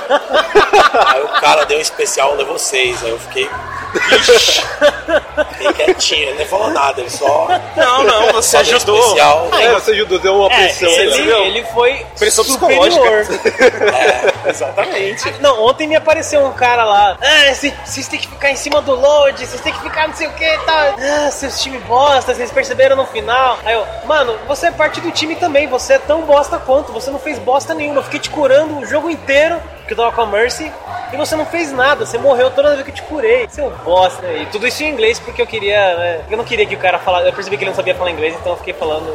Speaker 1: aí o cara deu um especial, levou seis. Aí eu fiquei Bem quietinho, ele nem falou nada, ele só.
Speaker 4: Não, não, Então você
Speaker 1: Sabe,
Speaker 4: ajudou.
Speaker 1: especial.
Speaker 6: É, você ajudou, deu uma
Speaker 2: É,
Speaker 6: pressão.
Speaker 2: ele,
Speaker 6: entendeu?
Speaker 2: ele foi
Speaker 6: Pressão
Speaker 2: superior.
Speaker 6: psicológica.
Speaker 1: é.
Speaker 7: Exatamente.
Speaker 2: Ah, Não, ontem me apareceu um cara lá. Ah, cê- vocês têm que ficar em cima do load, vocês têm que ficar não sei o que e tal. Ah, seus time bosta, vocês perceberam no final. Aí eu, mano, você é parte do time também, você é tão bosta quanto, você não fez bosta nenhuma. Eu fiquei te curando o jogo inteiro, que eu tava com a Mercy, e você não fez nada, você morreu toda vez que eu te curei. Seu bosta. né? E tudo isso em inglês, porque eu queria, né? Eu não queria que o cara falasse, eu percebi que ele não sabia falar inglês, então eu fiquei falando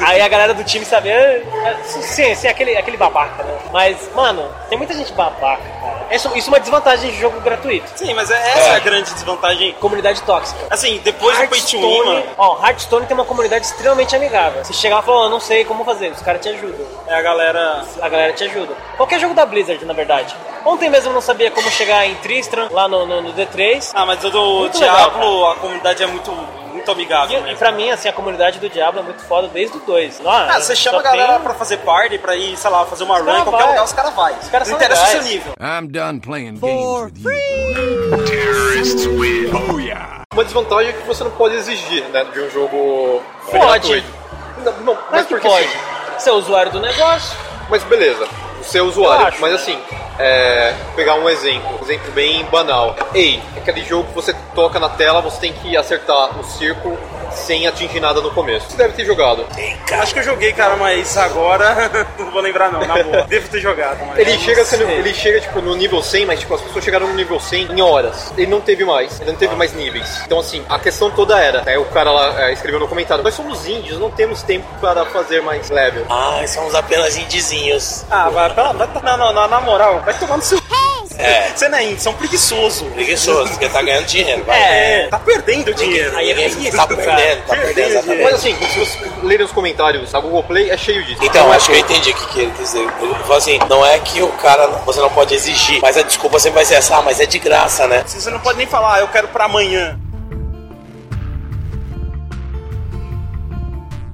Speaker 2: Aí a galera do time sabia. é, é, Sim, sim, aquele, aquele babaca, né? Mas, mano, tem muita gente babaca, cara. Isso, isso é uma desvantagem de jogo gratuito.
Speaker 4: Sim, mas é- essa é a grande desvantagem.
Speaker 2: Comunidade tóxica.
Speaker 4: Assim, depois do Pay to Win, mano,
Speaker 2: ó, Hearthstone tem uma comunidade extremamente amigável. Você chegar e falar, "Ó, não sei como fazer, os caras te ajudam.
Speaker 4: é a galera.
Speaker 2: A galera te ajuda. Qualquer jogo da Blizzard, na verdade. Ontem mesmo eu não sabia como chegar em Tristram, lá no, no, no D3.
Speaker 4: Ah, mas o do
Speaker 2: Muito legal,
Speaker 4: Diablo, a comunidade é muito, muito amigável.
Speaker 2: E,
Speaker 4: né?
Speaker 2: e
Speaker 4: mesmo.
Speaker 2: pra mim, assim, a comunidade do Diablo é muito foda desde o 2.
Speaker 4: Ah, você chama a galera pra fazer party, pra ir, sei lá, fazer uma run
Speaker 2: caras
Speaker 4: em qualquer
Speaker 2: vai.
Speaker 4: lugar, os caras vai. Os
Speaker 2: caras
Speaker 4: Não
Speaker 2: são
Speaker 4: interessa o seu
Speaker 2: legais.
Speaker 4: nível.
Speaker 5: I'm done playing games with you.
Speaker 6: Uma desvantagem é que você não pode exigir, né, de um jogo
Speaker 2: Pode.
Speaker 6: gratuito. Não, não, mas,
Speaker 2: Mas que
Speaker 6: porque
Speaker 2: pode.
Speaker 6: assim,
Speaker 2: Você é usuário do negócio,
Speaker 6: mas beleza, você é usuário,
Speaker 2: Eu acho,
Speaker 6: mas
Speaker 2: né?
Speaker 6: assim, é, pegar um exemplo, um exemplo bem banal. Ei, é aquele jogo que você toca na tela, você tem que acertar o círculo sem atingir nada no começo. Você deve ter jogado.
Speaker 4: Acho que eu joguei, cara, mas agora não vou lembrar não, na boa. Devo ter jogado, mas...
Speaker 6: Ele chega,
Speaker 2: sei.
Speaker 6: sendo- ele chega tipo, no nível 100, mas tipo, as pessoas chegaram no nível 100 em horas. Ele não teve mais, ele não teve mais níveis. Então, assim, a questão toda era, né, o cara lá é, escreveu no comentário, nós somos índios, não temos tempo para fazer mais level.
Speaker 1: Ah, são uns apenas indizinhos.
Speaker 4: Ah, vai, vai, vai, não, não, não, na moral, vai tomar no seu... Você não é índio, você é um preguiçoso.
Speaker 1: Preguiçoso, porque tá ganhando dinheiro. Vai.
Speaker 4: É, tá perdendo dinheiro.
Speaker 1: Aí é
Speaker 4: Isso,
Speaker 1: isso, tá
Speaker 4: cara.
Speaker 1: perdendo, tá perdendo exatamente.
Speaker 6: Mas assim, se vocês lerem os comentários, a Google Play é cheio disso.
Speaker 1: Então, acho que eu entendi o que, que ele quis dizer. Ele falou assim, não é que o cara, você não pode exigir, mas a desculpa sempre vai ser essa, ah, mas é de graça, né?
Speaker 4: Você não pode nem falar, ah, eu quero pra amanhã.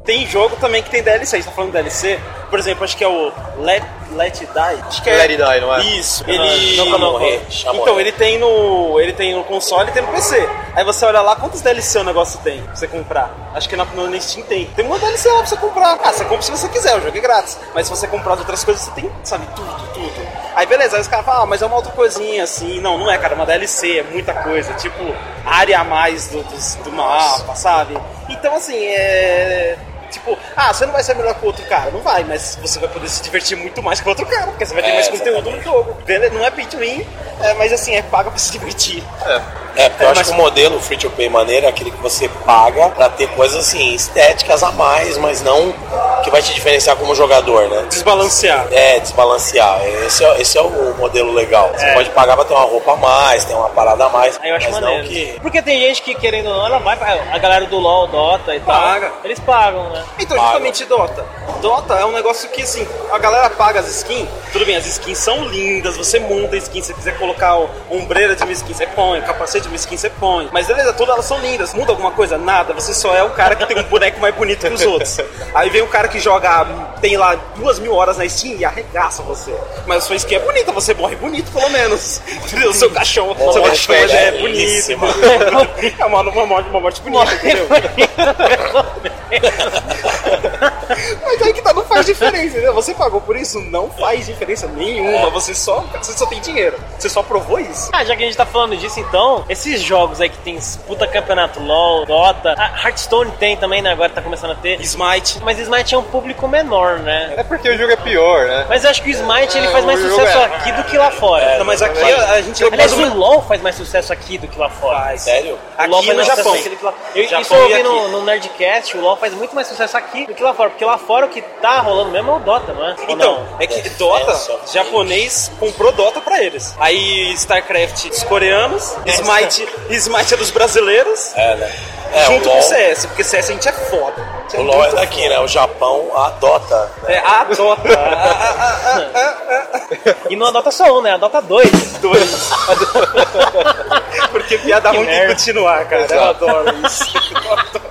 Speaker 4: Tem jogo também que tem DLC, você tá falando DLC? Por exemplo, acho que é o Let, Let It Die. Acho que é...
Speaker 6: Let It Die, não é?
Speaker 4: Isso.
Speaker 1: Ah,
Speaker 4: Ele...
Speaker 1: Chama Morrer, Chama
Speaker 4: Então,
Speaker 1: Morrer.
Speaker 4: ele tem no ele tem no console e tem no PC. Aí você olha lá quantos DLC o negócio tem pra você comprar. Acho que na, no Steam tem. Tem uma DLC lá pra você comprar. Ah, você compra se você quiser, o jogo é grátis. Mas se você comprar as outras coisas, você tem, sabe, tudo, tudo. Aí beleza, aí os caras falam, ah, mas é uma outra coisinha assim. Não, não é, cara, é uma DLC, é muita coisa. Tipo, área a mais do, dos- do mapa, sabe? Então, assim, é. Tipo, ah, você não vai ser melhor que o outro cara? Não vai, mas você vai poder se divertir muito mais que o outro cara, porque você vai ter
Speaker 1: É,
Speaker 4: mais conteúdo no
Speaker 1: exatamente.
Speaker 4: jogo. Não é pay to win, é, mas assim, é paga pra se divertir.
Speaker 1: É, porque eu
Speaker 4: É,
Speaker 1: acho
Speaker 4: mas-
Speaker 1: que o modelo free to pay maneiro é aquele que você paga pra ter coisas assim, estéticas a mais, mas não que vai te diferenciar como jogador, né?
Speaker 4: Desbalancear.
Speaker 1: É, desbalancear. Esse é, esse é o modelo legal. Você pode pagar pra ter uma roupa a mais, ter uma parada a mais,
Speaker 2: Aí eu acho
Speaker 1: mas
Speaker 2: maneiro.
Speaker 1: não que.
Speaker 2: Porque tem gente que, querendo ou não, ela vai pra... A galera do LoL, Dota e tal.
Speaker 4: Paga.
Speaker 2: Eles pagam, né?
Speaker 4: Então,
Speaker 1: Paga.
Speaker 4: justamente Dota. Dota é um negócio que, assim, a galera paga as skins. Tudo bem, as skins são lindas, você monta a skin. Se você quiser colocar o- a ombreira de uma skin, você põe. O capacete de uma skin, você põe. Mas beleza, todas elas são lindas. Muda alguma coisa? Nada. Você só é o cara que tem um boneco mais bonito que os outros. Aí vem o cara que joga, tem lá duas mil horas na Steam e arregaça você. Mas a sua skin é bonita, você morre bonito, pelo menos. Entendeu? O seu cachorro, seu
Speaker 1: Morre
Speaker 4: cachorro ele é bonito.
Speaker 1: belíssima.
Speaker 4: É uma, uma, morte, uma morte bonita, entendeu? Mas aí que tá, não faz diferença, entendeu? Você pagou por isso? Não faz diferença nenhuma. Você só, você só tem dinheiro. Você só provou isso.
Speaker 2: Ah, já que a gente tá falando disso, então, esses jogos aí que tem esse puta campeonato LoL, Dota, a Hearthstone tem também, né? Agora tá começando a ter.
Speaker 4: Smite.
Speaker 2: Mas Smite é um público menor, né?
Speaker 6: É porque o jogo é pior, né?
Speaker 2: Mas eu acho que o Smite ele
Speaker 6: É,
Speaker 2: faz
Speaker 6: o
Speaker 2: mais
Speaker 6: jogo
Speaker 2: sucesso
Speaker 6: é-
Speaker 2: aqui do que lá fora.
Speaker 4: Não, mas aqui
Speaker 1: verdade.
Speaker 4: a, a gente
Speaker 2: Aliás,
Speaker 4: mais
Speaker 2: o LoL faz mais sucesso aqui do que lá fora.
Speaker 4: faz.
Speaker 1: Sério?
Speaker 2: O LoL faz
Speaker 4: Aqui no
Speaker 2: mais
Speaker 4: Japão.
Speaker 2: sucesso aqui do que lá- Eu,
Speaker 4: Japão
Speaker 2: isso eu
Speaker 4: e
Speaker 2: ouvi no,
Speaker 4: aqui.
Speaker 2: no Nerdcast, o LoL faz muito mais sucesso aqui do que lá fora, porque lá fora o que tá rolando mesmo é o Dota, não é? Ou
Speaker 4: Então,
Speaker 2: não?
Speaker 4: é que
Speaker 1: Defense
Speaker 4: Dota,
Speaker 1: of
Speaker 4: japonês comprou Dota pra eles. Aí StarCraft dos coreanos, Smite, Smite é dos brasileiros,
Speaker 1: É, né? É,
Speaker 4: junto
Speaker 1: o
Speaker 4: com
Speaker 1: LOL,
Speaker 4: CS, porque CS a gente é foda. A gente é
Speaker 1: o LOL é
Speaker 4: muito
Speaker 1: daqui, né? O Japão adota. Né?
Speaker 4: É, a Dota. A, a, a,
Speaker 2: E não a Dota só 1, né? A Dota 2.
Speaker 4: dois. Porque piada
Speaker 2: Que
Speaker 4: ruim tem que
Speaker 2: merda.
Speaker 4: continuar, cara. Eu
Speaker 6: Exato.
Speaker 4: adoro isso.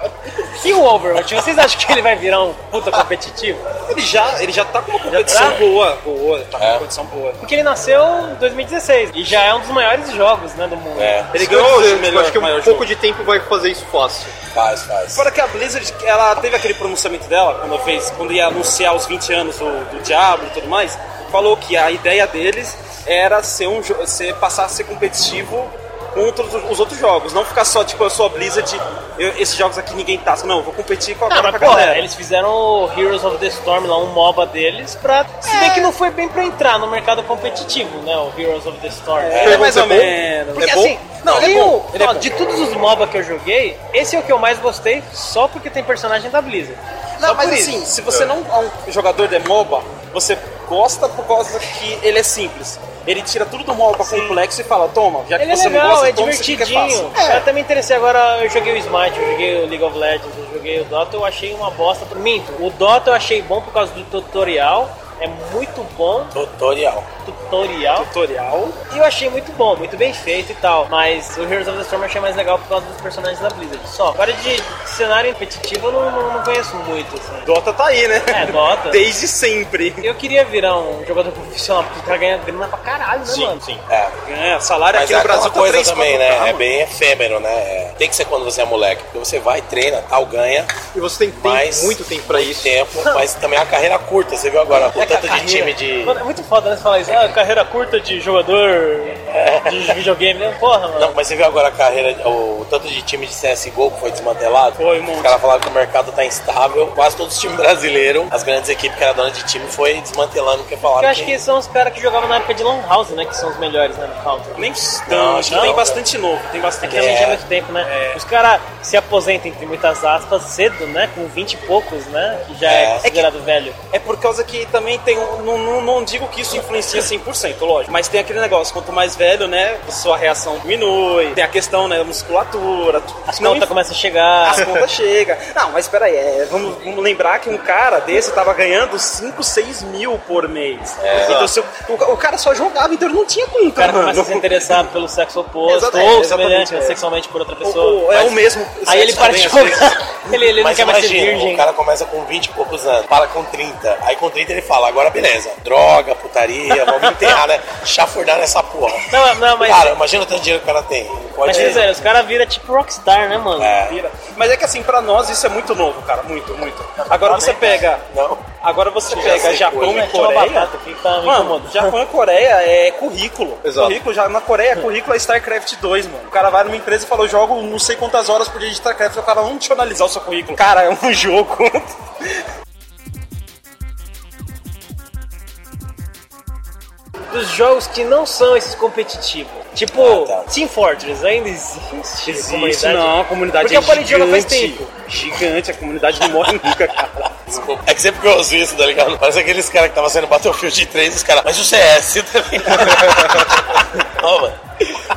Speaker 2: E o Overwatch, vocês acham que ele vai virar um puta competitivo?
Speaker 4: Ele já, ele já tá com uma competição
Speaker 2: tá?
Speaker 4: boa, boa, tá com
Speaker 1: É.
Speaker 4: uma competição boa.
Speaker 2: Porque ele nasceu em 2016 e já é um dos maiores jogos né, do mundo.
Speaker 1: É,
Speaker 4: Ele
Speaker 6: Eu
Speaker 4: ganhou
Speaker 6: dizer,
Speaker 4: o melhor,
Speaker 6: acho que um
Speaker 4: maior
Speaker 6: pouco
Speaker 4: jogo.
Speaker 6: de tempo vai fazer isso fácil.
Speaker 1: É, faz, faz.
Speaker 4: Fora que a Blizzard, ela teve aquele pronunciamento dela, quando ela fez, quando ia anunciar os 20 anos do, do Diablo e tudo mais, falou que a ideia deles era ser um jo- ser, passar a ser competitivo contra os, os outros jogos, não ficar só tipo eu sou a Blizzard, eu- esses jogos aqui ninguém taça, não, eu vou competir com a,
Speaker 2: Ah,
Speaker 4: com a
Speaker 2: mas porra,
Speaker 4: galera.
Speaker 2: eles fizeram o Heroes of the Storm lá, um MOBA deles, pra. Se bem que não foi bem pra entrar no mercado competitivo, né? O Heroes of the Storm.
Speaker 4: É, mais ou
Speaker 6: bom?
Speaker 4: menos.
Speaker 2: Porque
Speaker 4: é bom?
Speaker 2: assim,
Speaker 4: Não, ele é
Speaker 2: nem
Speaker 4: bom.
Speaker 2: o-
Speaker 4: Ele é
Speaker 2: ó,
Speaker 4: bom.
Speaker 2: de todos os MOBA que eu joguei, esse é o que eu mais gostei, só porque tem personagem da Blizzard.
Speaker 4: Não,
Speaker 2: Só
Speaker 4: mas
Speaker 2: por isso.
Speaker 4: assim, se você não é um jogador de MOBA, você gosta por causa que ele é simples. Ele tira tudo do MOBA complexo e fala, toma, já que
Speaker 2: Ele é
Speaker 4: você
Speaker 2: legal,
Speaker 4: não gosta,
Speaker 2: é
Speaker 4: toma, isso aqui que
Speaker 2: divertidinho.
Speaker 4: É fácil.
Speaker 2: Eu até me interessei agora, eu joguei o Smite, eu joguei o League of Legends, eu joguei o Dota, eu achei uma bosta. Minto, o Dota eu achei bom por causa do tutorial, é muito bom,
Speaker 1: Tutorial.
Speaker 2: tutorial.
Speaker 4: É, tutorial.
Speaker 2: E eu achei muito bom, muito bem feito e tal. Mas o Heroes of the Storm eu achei mais legal por causa dos personagens da Blizzard. Só. Agora de cenário competitivo eu não, não- não conheço muito, assim.
Speaker 4: Dota tá aí, né?
Speaker 2: É, Dota.
Speaker 4: Desde sempre.
Speaker 2: Eu queria virar um jogador profissional, porque o cara ganha grana pra caralho, né, mano? Sim,
Speaker 1: É.
Speaker 4: É, salário
Speaker 1: Mas
Speaker 4: aqui
Speaker 1: é
Speaker 4: no
Speaker 1: aquela
Speaker 4: Brasil tá
Speaker 1: coisa
Speaker 4: três,
Speaker 1: também,
Speaker 4: quatro
Speaker 1: né?
Speaker 4: carros.
Speaker 1: É bem efêmero, né? É, Tem que ser quando você é moleque. Porque você vai, treina, tal, ganha,
Speaker 6: E você tem tempo,
Speaker 1: mas.
Speaker 6: muito tempo pra
Speaker 1: muito
Speaker 6: isso.
Speaker 1: tempo, mas também é uma carreira curta. Você viu agora
Speaker 4: é
Speaker 1: o tanto de time de.
Speaker 2: Mano, é muito foda, né? Você falar isso, ah, carreira curta de jogador de videogame, né? Porra, mano.
Speaker 1: Não, mas você viu agora a carreira, o tanto de time de CSGO que foi desmantelado?
Speaker 4: Foi, um monte.
Speaker 1: Os caras falaram que o mercado tá instável. Quase todos os times brasileiros, as grandes equipes que eram donas de time, foi desmantelando porque falaram
Speaker 2: Eu acho que são os caras que jogavam na época de Lan House, né? Que são os melhores, né? No Counter.
Speaker 4: Nem
Speaker 1: Não,
Speaker 4: tanto, acho que
Speaker 1: não,
Speaker 4: tem
Speaker 1: cara.
Speaker 4: bastante novo, tem bastante.
Speaker 2: Que também
Speaker 1: É.
Speaker 2: já é muito tempo, né? Os caras se aposentam, entre muitas aspas, cedo, né? Com 20 e poucos, né? Que já é,
Speaker 1: É.
Speaker 2: considerado velho.
Speaker 4: É por causa que também tem um, não, não, não digo que isso influencia 100%, lógico, mas tem aquele negócio, quanto mais velho, né, sua reação diminui, tem a questão, né, da musculatura, tu-
Speaker 2: As
Speaker 4: não
Speaker 2: contas
Speaker 4: inf-
Speaker 2: começam a chegar.
Speaker 4: as contas chegam. Não, mas peraí, é, vamos, vamos lembrar que um cara desse tava ganhando 5, 6 mil por mês. Então se o, o, o cara só jogava, então ele não tinha
Speaker 2: O
Speaker 4: conta.
Speaker 2: É. cara começa a
Speaker 4: mano.
Speaker 2: se interessar pelo sexo oposto,
Speaker 4: Exatamente,
Speaker 2: ou
Speaker 4: exatamente,
Speaker 2: semelhante
Speaker 4: é.
Speaker 2: sexualmente por outra
Speaker 4: O-
Speaker 2: pessoa.
Speaker 4: o- é
Speaker 1: Mas-
Speaker 4: o mesmo.
Speaker 2: Aí ele para de
Speaker 1: às
Speaker 2: jogar. Ele, ele não
Speaker 1: Mas
Speaker 2: quer mais ser
Speaker 1: imagina,
Speaker 2: virgem.
Speaker 1: o cara começa com 20 e poucos anos, para com 30. Aí com 30 ele fala, agora beleza, droga, putaria, vamos enterrar, né? Chafurdar nessa porra.
Speaker 2: Não, não, mas.
Speaker 1: Cara, imagina o tanto de dinheiro que o cara tem. Pode
Speaker 2: mas sério, os caras viram tipo rockstar, né, mano?
Speaker 1: É.
Speaker 4: Vira. Mas é que assim, pra nós isso é muito novo, cara. Muito, muito. Agora você pega.
Speaker 1: Não.
Speaker 4: Agora você
Speaker 1: Já
Speaker 4: pega
Speaker 1: sei
Speaker 4: Japão
Speaker 1: coisa.
Speaker 4: e
Speaker 2: Tinha uma
Speaker 4: é Coreia.
Speaker 2: batata aqui é que tá me
Speaker 4: Mano,
Speaker 2: incomodando.
Speaker 4: Japão e Coreia é currículo.
Speaker 6: Exato.
Speaker 4: Currículo já na Coreia, currículo é StarCraft 2, mano. O cara vai numa empresa e fala, eu jogo não sei quantas horas por dia de StarCraft, o cara não deixa eu analisar o seu currículo. Cara, é um jogo.
Speaker 2: Dos jogos que não são esses competitivos. Tipo,
Speaker 1: Ah, tá.
Speaker 2: Team Fortress ainda existe. comunidade?
Speaker 4: a comunidade
Speaker 2: Porque eu parei de jogar faz tempo.
Speaker 4: Gigante, a comunidade não morre nunca, cara.
Speaker 1: Desculpa. É que sempre que eu ouço isso, tá ligado? Parece aqueles caras que tava sendo Battlefield 3, os caras, mas o CS, tá ligado? Ó, mano.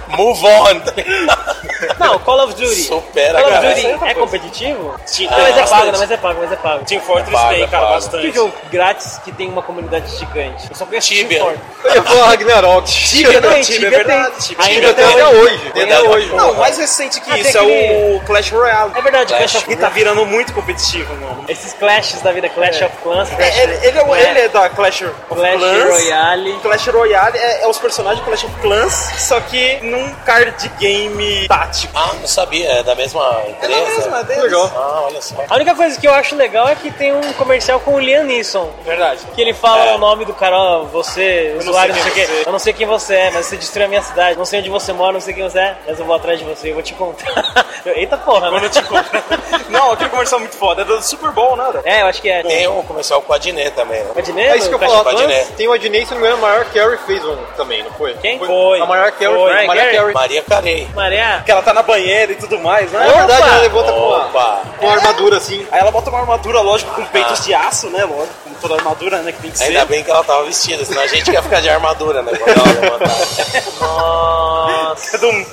Speaker 1: Move on, tá ligado?
Speaker 2: Não, Call of Duty.
Speaker 1: Supera,
Speaker 2: Call
Speaker 1: cara.
Speaker 2: of
Speaker 1: Essa é
Speaker 2: Duty é competitivo?
Speaker 4: Sim,
Speaker 2: Ah, mas é
Speaker 4: bastante.
Speaker 2: pago, né? Mas é pago, mas é pago.
Speaker 4: Team Fortress
Speaker 1: É pago, é
Speaker 4: tem, cara,
Speaker 1: pago.
Speaker 2: Que
Speaker 4: bastante.
Speaker 2: jogo grátis que tem uma comunidade gigante? Eu só conheço
Speaker 1: Tibia.
Speaker 4: é.
Speaker 2: Team Fortress.
Speaker 6: Eu ia falar Ragnarok.
Speaker 2: Tibia tem,
Speaker 4: Tibia,
Speaker 2: Tibia
Speaker 4: é verdade,
Speaker 2: tem.
Speaker 4: Tibia.
Speaker 2: Ainda
Speaker 6: Tibia até
Speaker 2: tem.
Speaker 6: hoje.
Speaker 1: Tem
Speaker 6: Até
Speaker 1: até
Speaker 6: hoje.
Speaker 4: Não, o mais recente que
Speaker 2: Ah, tem
Speaker 4: isso é
Speaker 2: aquele-
Speaker 4: o Clash Royale.
Speaker 2: É verdade,
Speaker 1: Clash.
Speaker 2: Clash of
Speaker 4: E tá virando muito competitivo, mano.
Speaker 2: Esses clashes da vida, Clash of Clans, Clash,
Speaker 4: Ele, ele, é, o-
Speaker 2: É.
Speaker 4: ele é da Clash of
Speaker 2: Clash
Speaker 4: Clans.
Speaker 2: Royale.
Speaker 4: Clash Royale é, é os personagens do Clash of Clans, só que num card game tático.
Speaker 1: Ah, não sabia, é da mesma
Speaker 4: É
Speaker 1: empresa.
Speaker 4: da mesma, é deles.
Speaker 6: Legal.
Speaker 1: Ah, olha só.
Speaker 2: A única coisa que eu acho legal é que tem um comercial com o Liam Neeson.
Speaker 4: Verdade.
Speaker 2: Que ele fala
Speaker 1: É.
Speaker 2: o nome do cara, ó, você,
Speaker 4: não
Speaker 2: usuário, não
Speaker 4: sei
Speaker 2: sei o
Speaker 4: quem
Speaker 2: quê.
Speaker 4: é você.
Speaker 2: Eu não sei quem você é, mas você destruiu a minha cidade. Não sei onde você mora, não sei quem você é, mas eu vou atrás de você, eu vou te contar. Eu- Eita porra,
Speaker 4: Quando
Speaker 2: né?
Speaker 4: eu te compro. Não, aquele comercial é muito foda. É do Super Bowl, né?
Speaker 2: É, eu acho que é.
Speaker 1: Tem o comercial com a Diné também, né?
Speaker 2: Adnê,
Speaker 6: É isso que eu
Speaker 2: Clash
Speaker 6: ia
Speaker 2: of
Speaker 1: falar,
Speaker 2: Clans?
Speaker 1: Adnê.
Speaker 6: Tem o Adney, se não me engano, a maior Carrie fez um também, não foi?
Speaker 2: Quem?
Speaker 4: Foi.
Speaker 6: A maior Carrie.
Speaker 2: Foi.
Speaker 6: a maior Carrie.
Speaker 1: Maria Carey.
Speaker 2: Maria.
Speaker 4: Que ela tá na banheira e tudo mais, né?
Speaker 6: É verdade,
Speaker 2: Opa!
Speaker 6: ela levanta com uma,
Speaker 1: Opa!
Speaker 6: com uma armadura assim.
Speaker 4: Aí ela bota uma armadura, lógico, com peitos de aço, né? Lógico, como toda armadura, né? Que tem que ser.
Speaker 1: Ainda bem que ela tava vestida, senão a gente ia ficar de armadura, né? Quando ela levantar.
Speaker 2: Nossa.
Speaker 4: Dum.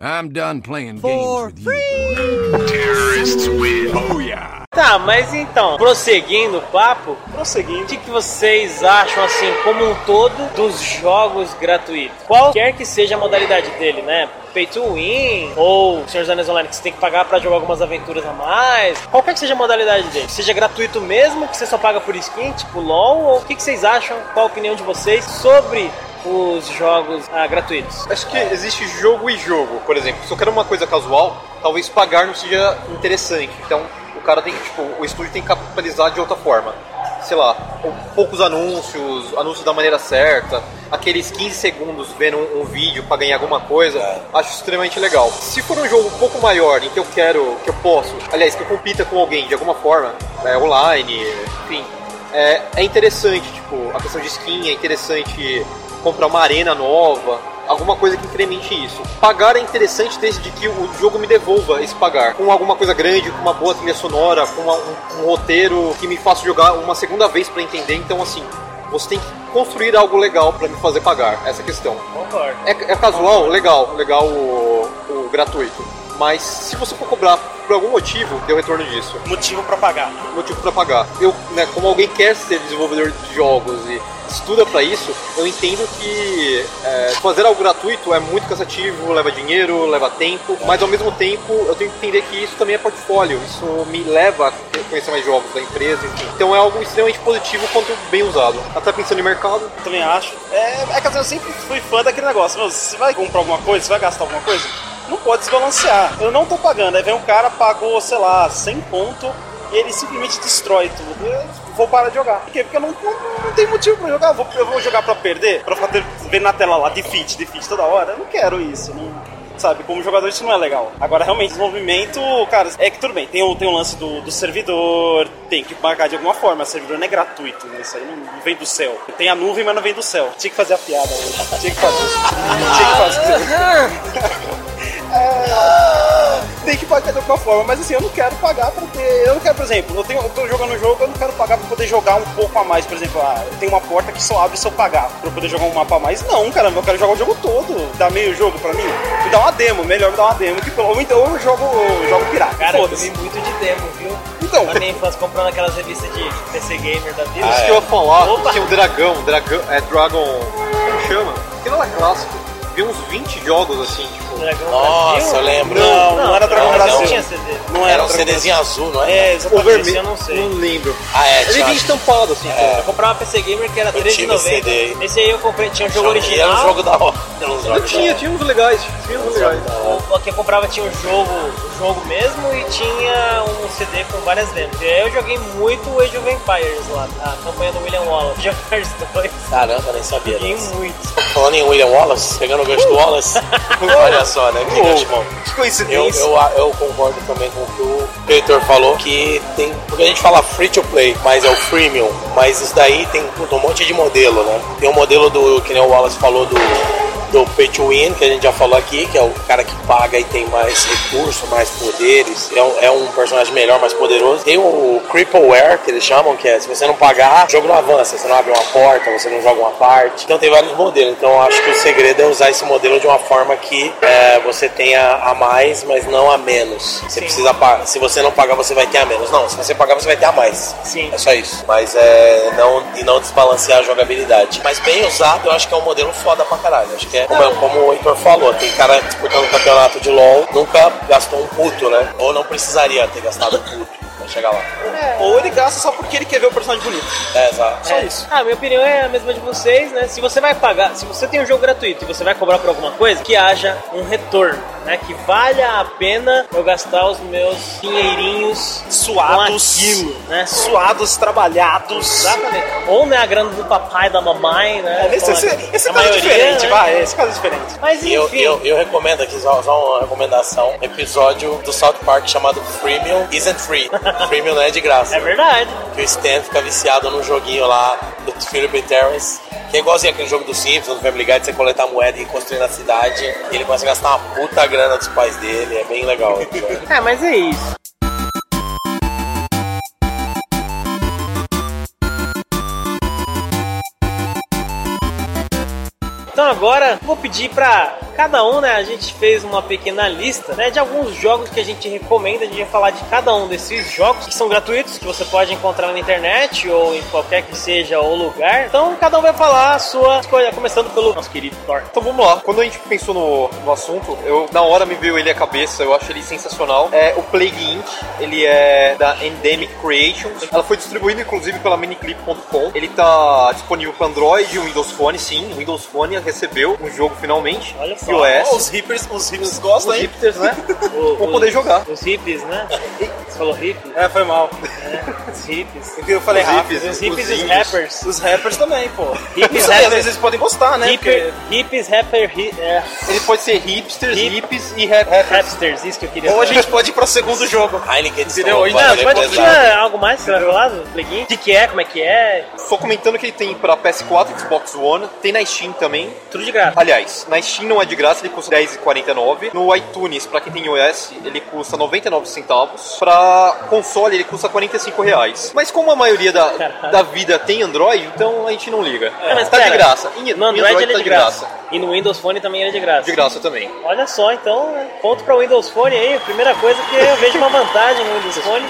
Speaker 5: I'm done playing games with you.
Speaker 8: Terrorists win. Booyah.
Speaker 2: Tá, Tá, mas então, prosseguindo o papo, o
Speaker 3: Prosseguindo.
Speaker 2: que, que vocês acham, assim, como um todo, dos jogos gratuitos? Qualquer que seja a modalidade dele, né? Pay to win, ou Senhor dos Anéis Online, que você tem que pagar pra jogar algumas aventuras a mais. Qualquer que seja a modalidade dele. Que seja gratuito mesmo, que você só paga por skin, tipo LOL, ou o que, que vocês acham, qual a opinião de vocês sobre os jogos ah, gratuitos?
Speaker 6: Acho que existe jogo e jogo. Por exemplo, se eu quero uma coisa casual, talvez pagar não seja interessante. Então, o cara tem que, tipo, o estúdio tem que capitalizar de outra forma. Sei lá, ou poucos anúncios, anúncios da maneira certa, aqueles 15 segundos vendo um, um vídeo pra ganhar alguma coisa, acho extremamente legal. Se for um jogo um pouco maior em que eu quero, que eu posso, aliás, que eu compita com alguém de alguma forma, é, online, enfim, é, é interessante, tipo, a questão de skin, é interessante comprar uma arena nova, alguma coisa que incremente isso. Pagar é interessante desde que o jogo me devolva esse pagar, com alguma coisa grande, com uma boa trilha sonora, com uma- um, um roteiro que me faça jogar uma segunda vez pra entender, então assim, você tem que construir algo legal pra me fazer pagar, essa questão.
Speaker 2: Concordo.
Speaker 6: É, é casual? Legal, legal o, o gratuito. Mas se você for cobrar por algum motivo, deu retorno disso
Speaker 4: Motivo pra pagar.
Speaker 6: motivo pra pagar. Eu, né, como alguém quer ser desenvolvedor de jogos e estuda pra isso, eu entendo que é, fazer algo gratuito é muito cansativo, leva dinheiro, leva tempo, mas ao mesmo tempo eu tenho que entender que isso também é portfólio, isso me leva a conhecer mais jogos da empresa, enfim. Então é algo extremamente positivo quanto bem usado. Até pensando em mercado,
Speaker 4: Também acho. É, é que assim, eu sempre fui fã daquele negócio. Meu, você vai comprar alguma coisa, você vai gastar alguma coisa, não pode desbalancear. Eu não tô pagando. Aí vem um cara, pagou, sei lá, 100 ponto e ele simplesmente destrói tudo. Eu vou parar de jogar. Por quê? Porque eu não, não, não tenho motivo pra jogar. Eu vou, eu vou jogar pra perder? Pra ficar te- vendo na tela lá, defeat, defeat toda hora? Eu não quero isso. Não, Sabe, como jogador isso não é legal. Agora, realmente, desenvolvimento, cara, é que tudo bem, tem o, tem o lance do, do servidor, tem que pagar de alguma forma, o servidor não é gratuito, né? isso aí não, não vem do céu. Tem a nuvem, mas não vem do céu. Tinha que fazer a piada hoje, tinha que fazer. tinha que fazer. É, tem que pagar de alguma forma, mas assim, eu não quero pagar pra ter. Eu não quero, por exemplo, eu, tenho, eu tô jogando um jogo, eu não quero pagar pra poder jogar um pouco a mais. Por exemplo, ah, eu tenho uma porta que só abre se eu pagar pra eu poder jogar um mapa a mais. Não, caramba, eu quero jogar o jogo todo. Dá meio jogo pra mim? Me dá uma demo, melhor me dar uma demo. Que, pelo- ou então eu jogo, eu jogo pirata.
Speaker 2: Cara, eu vi
Speaker 4: Foda-se.
Speaker 2: muito de demo, viu?
Speaker 4: Então,
Speaker 2: Na minha infância, comprando aquelas revistas de PC Gamer da vida.
Speaker 6: isso que eu ia falar,
Speaker 2: Ah, é. Opa!
Speaker 6: tinha um dragão, dragão, é Dragon, como chama? Aquilo era clássico. Vi uns 20 jogos assim, tipo,
Speaker 2: Dragão
Speaker 1: Nossa,
Speaker 2: Brasil?
Speaker 1: eu lembro.
Speaker 4: Não, não era Dragão
Speaker 2: não, Não
Speaker 4: Brasil.
Speaker 2: tinha CD.
Speaker 4: não
Speaker 1: Era um
Speaker 4: Dragon Quest.
Speaker 1: CDzinho azul, não é?
Speaker 2: É,
Speaker 6: o
Speaker 2: exatamente,
Speaker 6: vermelho.
Speaker 2: eu não sei.
Speaker 6: lembro.
Speaker 1: Ah, é,
Speaker 6: Ele
Speaker 1: tinha
Speaker 6: vinha estampado assim, então.
Speaker 2: Eu comprava PC Gamer que era
Speaker 1: Eu tive CD
Speaker 2: 3,90.
Speaker 1: aí.
Speaker 2: Esse aí eu comprei, tinha um jogo
Speaker 1: E Era um
Speaker 2: original.
Speaker 1: jogo da hora. Era um jogo
Speaker 6: Eu tinha,
Speaker 1: da
Speaker 6: tinha uns legais, tinha uns legais.
Speaker 2: O que eu comprava tinha o jogo, o jogo mesmo e tinha um CD com várias demos. E aí eu joguei muito Age of Empires lá, a campanha do William Wallace. Age of Empires 2,
Speaker 1: hora. Caramba, nem sabia.
Speaker 2: joguei
Speaker 1: dessa.
Speaker 2: muito.
Speaker 1: Falando em William Wallace, pegando o gancho do Wallace, olha só, né? Que gancho bom.
Speaker 6: Que
Speaker 1: Eu,
Speaker 6: coincidência.
Speaker 1: eu, eu concordo também com o que o Heitor falou, que tem. Porque a gente fala free to play, mas é o freemium. Mas isso daí tem puta, um monte de modelo, né? Tem o modelo do, que nem o Wallace falou, do, do pay to win, que a gente já falou aqui, que é o cara que paga e tem mais recurso, mais poderes, é um, é um personagem melhor, mais poderoso. Tem o Crippleware, que eles chamam, que é se você não pagar, o jogo não avança, você não abre uma porta, você não joga uma parte. Então tem vários modelos. Então eu acho que o segredo é usar esse modelo de uma forma que é, você tenha a mais, mas não a menos. Você precisa pagar. Se você não pagar, você vai ter a menos. Não, se você pagar, você vai ter a mais.
Speaker 2: Sim.
Speaker 1: É só isso. Mas é não, e não desbalancear a jogabilidade. Mas bem usado, eu acho que é um modelo foda pra caralho. Acho que é como, como o Heitor falou, tem cara disputando o campeonato de LOL, nunca gastou um puto, né? Ou não precisaria ter gastado um puto. pra Chegar lá.
Speaker 4: Ou ele gasta só porque ele quer ver o personagem bonito.
Speaker 1: É, exato.
Speaker 2: É. Ah, minha opinião é a mesma de vocês, né? Se você vai pagar, se você tem um jogo gratuito e você vai cobrar por alguma coisa, que haja um retorno, né? Que valha a pena eu gastar os meus dinheirinhos
Speaker 4: Suados.
Speaker 2: com aquilo, né?
Speaker 4: Suados, trabalhados.
Speaker 2: Exatamente. Ou né, a grana do papai, da mamãe, né?
Speaker 4: Esse, esse, esse
Speaker 2: A
Speaker 4: caso é
Speaker 2: maioria,
Speaker 4: diferente,
Speaker 2: né?
Speaker 4: vai. Esse caso é diferente.
Speaker 2: Mas
Speaker 1: E eu,
Speaker 2: enfim.
Speaker 1: eu, eu recomendo aqui, só, só uma recomendação, um episódio do South Park chamado Freemium Isn't Free. Freemium não é de graça.
Speaker 2: É verdade.
Speaker 1: Que o Stan fica viciado num joguinho lá do Philip Terrence, que é igualzinho aquele jogo do Simpsons, do Family Guy, de você coletar moeda e construir na cidade. E ele começa a gastar uma puta grana dos pais dele, é bem legal. o episódio.
Speaker 2: É, mas é isso. Então agora vou pedir pra Cada um, né, a gente fez uma pequena lista, né, de alguns jogos que a gente recomenda. A gente vai falar de cada um desses jogos, que são gratuitos, que você pode encontrar na internet ou em qualquer que seja o lugar. Então, cada um vai falar a sua escolha, começando pelo nosso querido Thor.
Speaker 6: Então vamos lá. Quando a gente pensou no, no assunto, eu na hora me veio ele à cabeça, eu acho ele sensacional. É o Plague Inc. Ele é da Endemic Creations. Ela foi distribuída inclusive pela miniclip.com. Ele tá disponível para Android e Windows Phone, sim. O Windows Phone recebeu um jogo finalmente.
Speaker 2: Olha só.
Speaker 6: iOS.
Speaker 4: Ó, os hippers, os hippers gostam,
Speaker 6: os
Speaker 4: hein?
Speaker 6: hipsters, né?
Speaker 2: O-
Speaker 6: Vou
Speaker 2: os-
Speaker 6: poder jogar.
Speaker 2: Os hippies, né? Você falou hippies?
Speaker 4: É, foi mal.
Speaker 2: É, os hippies.
Speaker 4: Eu falei
Speaker 6: Os
Speaker 4: rápido.
Speaker 6: hippies,
Speaker 2: Os hippies e os
Speaker 6: inclusive.
Speaker 2: rappers.
Speaker 4: Os rappers também, pô.
Speaker 2: Hippies,
Speaker 4: Isso aí, às vezes
Speaker 2: rappers.
Speaker 4: eles podem gostar, né?
Speaker 2: hipper- Hippies, rapper, hi, é,
Speaker 6: Ele pode ser hipsters,
Speaker 2: Hip-
Speaker 6: hips e rap.
Speaker 2: rapsters, isso que eu queria
Speaker 4: Ou a
Speaker 2: falar.
Speaker 4: gente pode ir pro segundo jogo.
Speaker 1: Heineken de São
Speaker 4: Entendeu?
Speaker 1: Paulo,
Speaker 2: Não,
Speaker 1: né?
Speaker 2: Então, mas
Speaker 1: Pesado.
Speaker 2: tinha algo mais que você vai falar do plugin? O que, que é, como é que é?
Speaker 6: Só comentando que ele tem pra PS4, Xbox One, tem na Steam também.
Speaker 2: Tudo de graça.
Speaker 6: Aliás, na Steam não é de graça, ele custa R$10,49. No iTunes, pra quem tem iOS, ele custa 99 centavos. Pra console, ele custa 45 reais. Mas como a maioria da,
Speaker 2: Caralho.
Speaker 6: da vida tem Android, então a gente não liga.
Speaker 2: Ah, mas
Speaker 6: tá de
Speaker 2: pera,
Speaker 6: graça. Em, em
Speaker 2: No Android, ele é
Speaker 6: tá
Speaker 2: de graça. E no Windows Phone também ele é de graça.
Speaker 6: De graça também.
Speaker 2: Olha só, então, né? ponto pra Windows Phone aí. Primeira coisa que eu vejo uma vantagem no Windows Phone.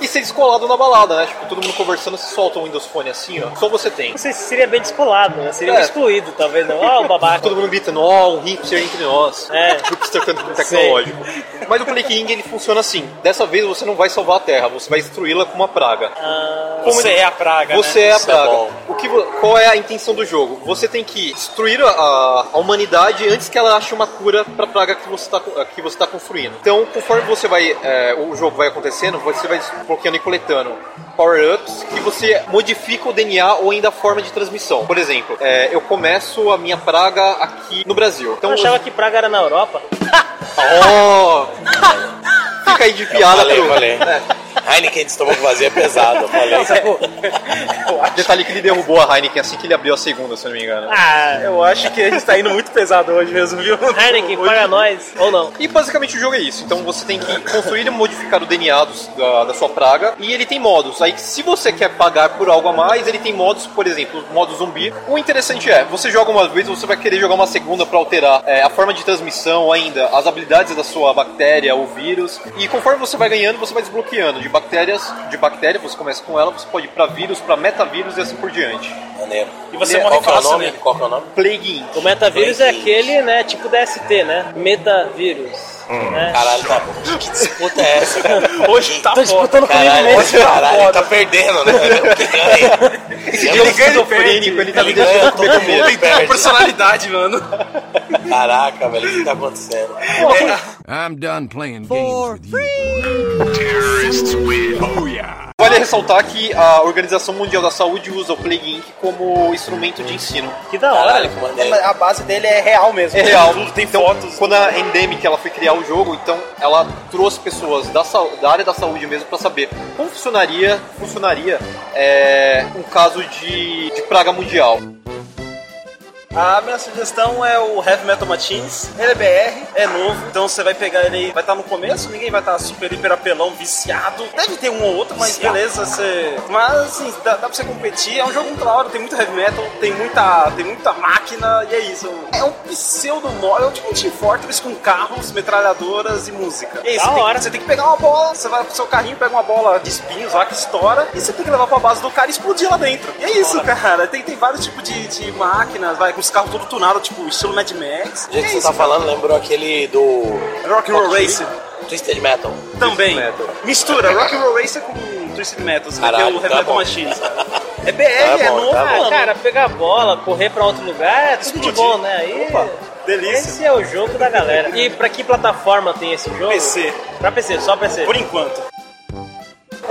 Speaker 6: E ser descolado na balada, né? Tipo, todo mundo conversando, se solta um Windows Phone assim, ó. Só você tem.
Speaker 2: Não sei se seria bem descolado, né? Seria
Speaker 6: É.
Speaker 2: excluído, talvez não. Ó, o babaca.
Speaker 6: Todo mundo gritando, ó, um hipster entre nós.
Speaker 2: É.
Speaker 6: Hipster canto tecnológico. Mas o Play King, ele funciona assim. Dessa vez você não vai salvar a Terra, você vai destruí-la com uma praga.
Speaker 2: Ah,
Speaker 6: Como
Speaker 4: Você
Speaker 6: ele-
Speaker 4: é a praga,
Speaker 6: Você
Speaker 4: né?
Speaker 6: é a
Speaker 1: Isso é
Speaker 6: praga.
Speaker 1: bom.
Speaker 6: o que, vo- qual é a intenção do jogo? Você tem que destruir a, a humanidade antes que ela ache uma cura pra praga que você tá, co- que você tá construindo. Então, conforme você vai, é, o jogo vai acontecendo, você vai desbloqueando e coletando power-ups que você modifica o DNA ou ainda a forma de transmissão. Por exemplo, é, eu começo a minha praga aqui no Brasil. Então,
Speaker 2: eu achava que praga era na Europa.
Speaker 6: Oh! Fica aí de piada.
Speaker 1: falei,
Speaker 6: pro-
Speaker 1: falei.
Speaker 6: É.
Speaker 1: Heineken de estômago vazio é pesado, eu falei.
Speaker 6: Detalhe que ele derrubou a Heineken assim que ele abriu a segunda, se eu não me engano.
Speaker 2: Ah,
Speaker 4: Eu acho que a gente tá indo muito pesado hoje mesmo, viu?
Speaker 2: Heineken,
Speaker 4: Hoje-
Speaker 2: paga nós. Ou não.
Speaker 6: E basicamente o jogo é isso. Então você tem que construir e modificar o DNA dos- da, da sua praga. E ele tem modos. Aí se você quer pagar por algo a mais, ele tem modos, por exemplo, modo zumbi. O interessante é, você joga uma vez, você vai querer jogar uma segunda pra alterar é, a forma de transmissão ainda, as habilidades da sua bactéria ou vírus. E conforme você vai ganhando, você vai desbloqueando de bactérias, de bactéria, você começa com ela, você pode ir pra vírus, pra metavírus e assim por diante.
Speaker 1: Maneiro.
Speaker 4: E você
Speaker 1: Qual
Speaker 4: morre
Speaker 1: que é o
Speaker 4: fácil,
Speaker 1: nome?
Speaker 4: né?
Speaker 1: Qual que é o nome?
Speaker 6: Plague Inc.
Speaker 2: O metavírus é
Speaker 1: Bem, sim.
Speaker 2: aquele, né? Tipo DST, né? Metavírus. né?
Speaker 1: Caralho, tá bom. Que disputa é essa, cara?
Speaker 4: Hoje tá
Speaker 2: Tô
Speaker 4: foda.
Speaker 2: disputando comigo
Speaker 1: Caralho,
Speaker 2: mesmo.
Speaker 1: caralho, tá perdendo, né? O que ganha?
Speaker 6: Ele é esquizofrênico, ele tá me
Speaker 1: Ele ganha
Speaker 6: deixando
Speaker 1: todo
Speaker 6: comer
Speaker 1: mundo
Speaker 6: comida.
Speaker 1: e perde.
Speaker 4: Personalidade, mano.
Speaker 1: Caraca, velho, o que tá acontecendo?
Speaker 6: É.
Speaker 5: I'm done playing games with you.
Speaker 6: Vale ressaltar que a Organização Mundial da Saúde usa o Plague Inc. como instrumento de ensino.
Speaker 4: né?
Speaker 2: Que da hora.
Speaker 1: Caralho, que maneiro.
Speaker 4: A base dele é real mesmo.
Speaker 6: É real.
Speaker 4: Tudo tem
Speaker 6: então,
Speaker 4: fotos.
Speaker 6: Quando a Endemic ela foi criar o jogo, então ela trouxe pessoas da, sau- da área da saúde mesmo pra saber como funcionaria, funcionaria é, um caso de, de praga mundial.
Speaker 4: A minha sugestão é o Heavy Metal Machines. Ele é BR, é novo, então você vai pegar ele aí. Vai estar no começo, ninguém vai estar super hiper apelão, viciado. Deve ter um ou outro, mas
Speaker 1: Viciado.
Speaker 4: beleza, você. Mas assim, dá, dá pra você competir. É um jogo muito da hora, tem muito heavy metal, tem muita, tem muita máquina e é isso. É um pseudo mod, é um tipo um Team Fortress com carros, metralhadoras e música. E aí,
Speaker 2: Da
Speaker 4: você tem,
Speaker 2: hora.
Speaker 4: você tem que pegar uma bola, você vai pro seu carrinho, pega uma bola de espinhos lá que estoura, e você tem que levar pra base do cara e explodir lá dentro. E é isso, cara. Tem, tem vários tipos de, de máquinas, vai, com os carros todo tunados, tipo estilo Mad Max.
Speaker 1: Do
Speaker 4: E
Speaker 1: jeito
Speaker 4: é
Speaker 1: que você
Speaker 4: isso,
Speaker 1: tá falando, lembrou aquele do
Speaker 4: Rock and Roll Racer
Speaker 1: Twisted Metal.
Speaker 4: também.
Speaker 6: Metal.
Speaker 4: Mistura Rock and Roll Racer com Twisted Metal, você vai ter
Speaker 1: Caralho,
Speaker 4: o
Speaker 1: tá
Speaker 4: Heavy Metal
Speaker 1: bom.
Speaker 4: Machines. É BR,
Speaker 1: Tá
Speaker 4: é
Speaker 1: bom,
Speaker 4: novo,
Speaker 1: tá
Speaker 2: Ah,
Speaker 4: mano.
Speaker 2: cara, pegar a bola, correr pra outro lugar, é tudo de
Speaker 4: Explodir.
Speaker 2: bom, né? Aí,
Speaker 4: delícia.
Speaker 2: Esse é o jogo da galera. E pra que plataforma tem esse jogo?
Speaker 4: PC.
Speaker 2: Pra PC, só PC.
Speaker 4: Por enquanto.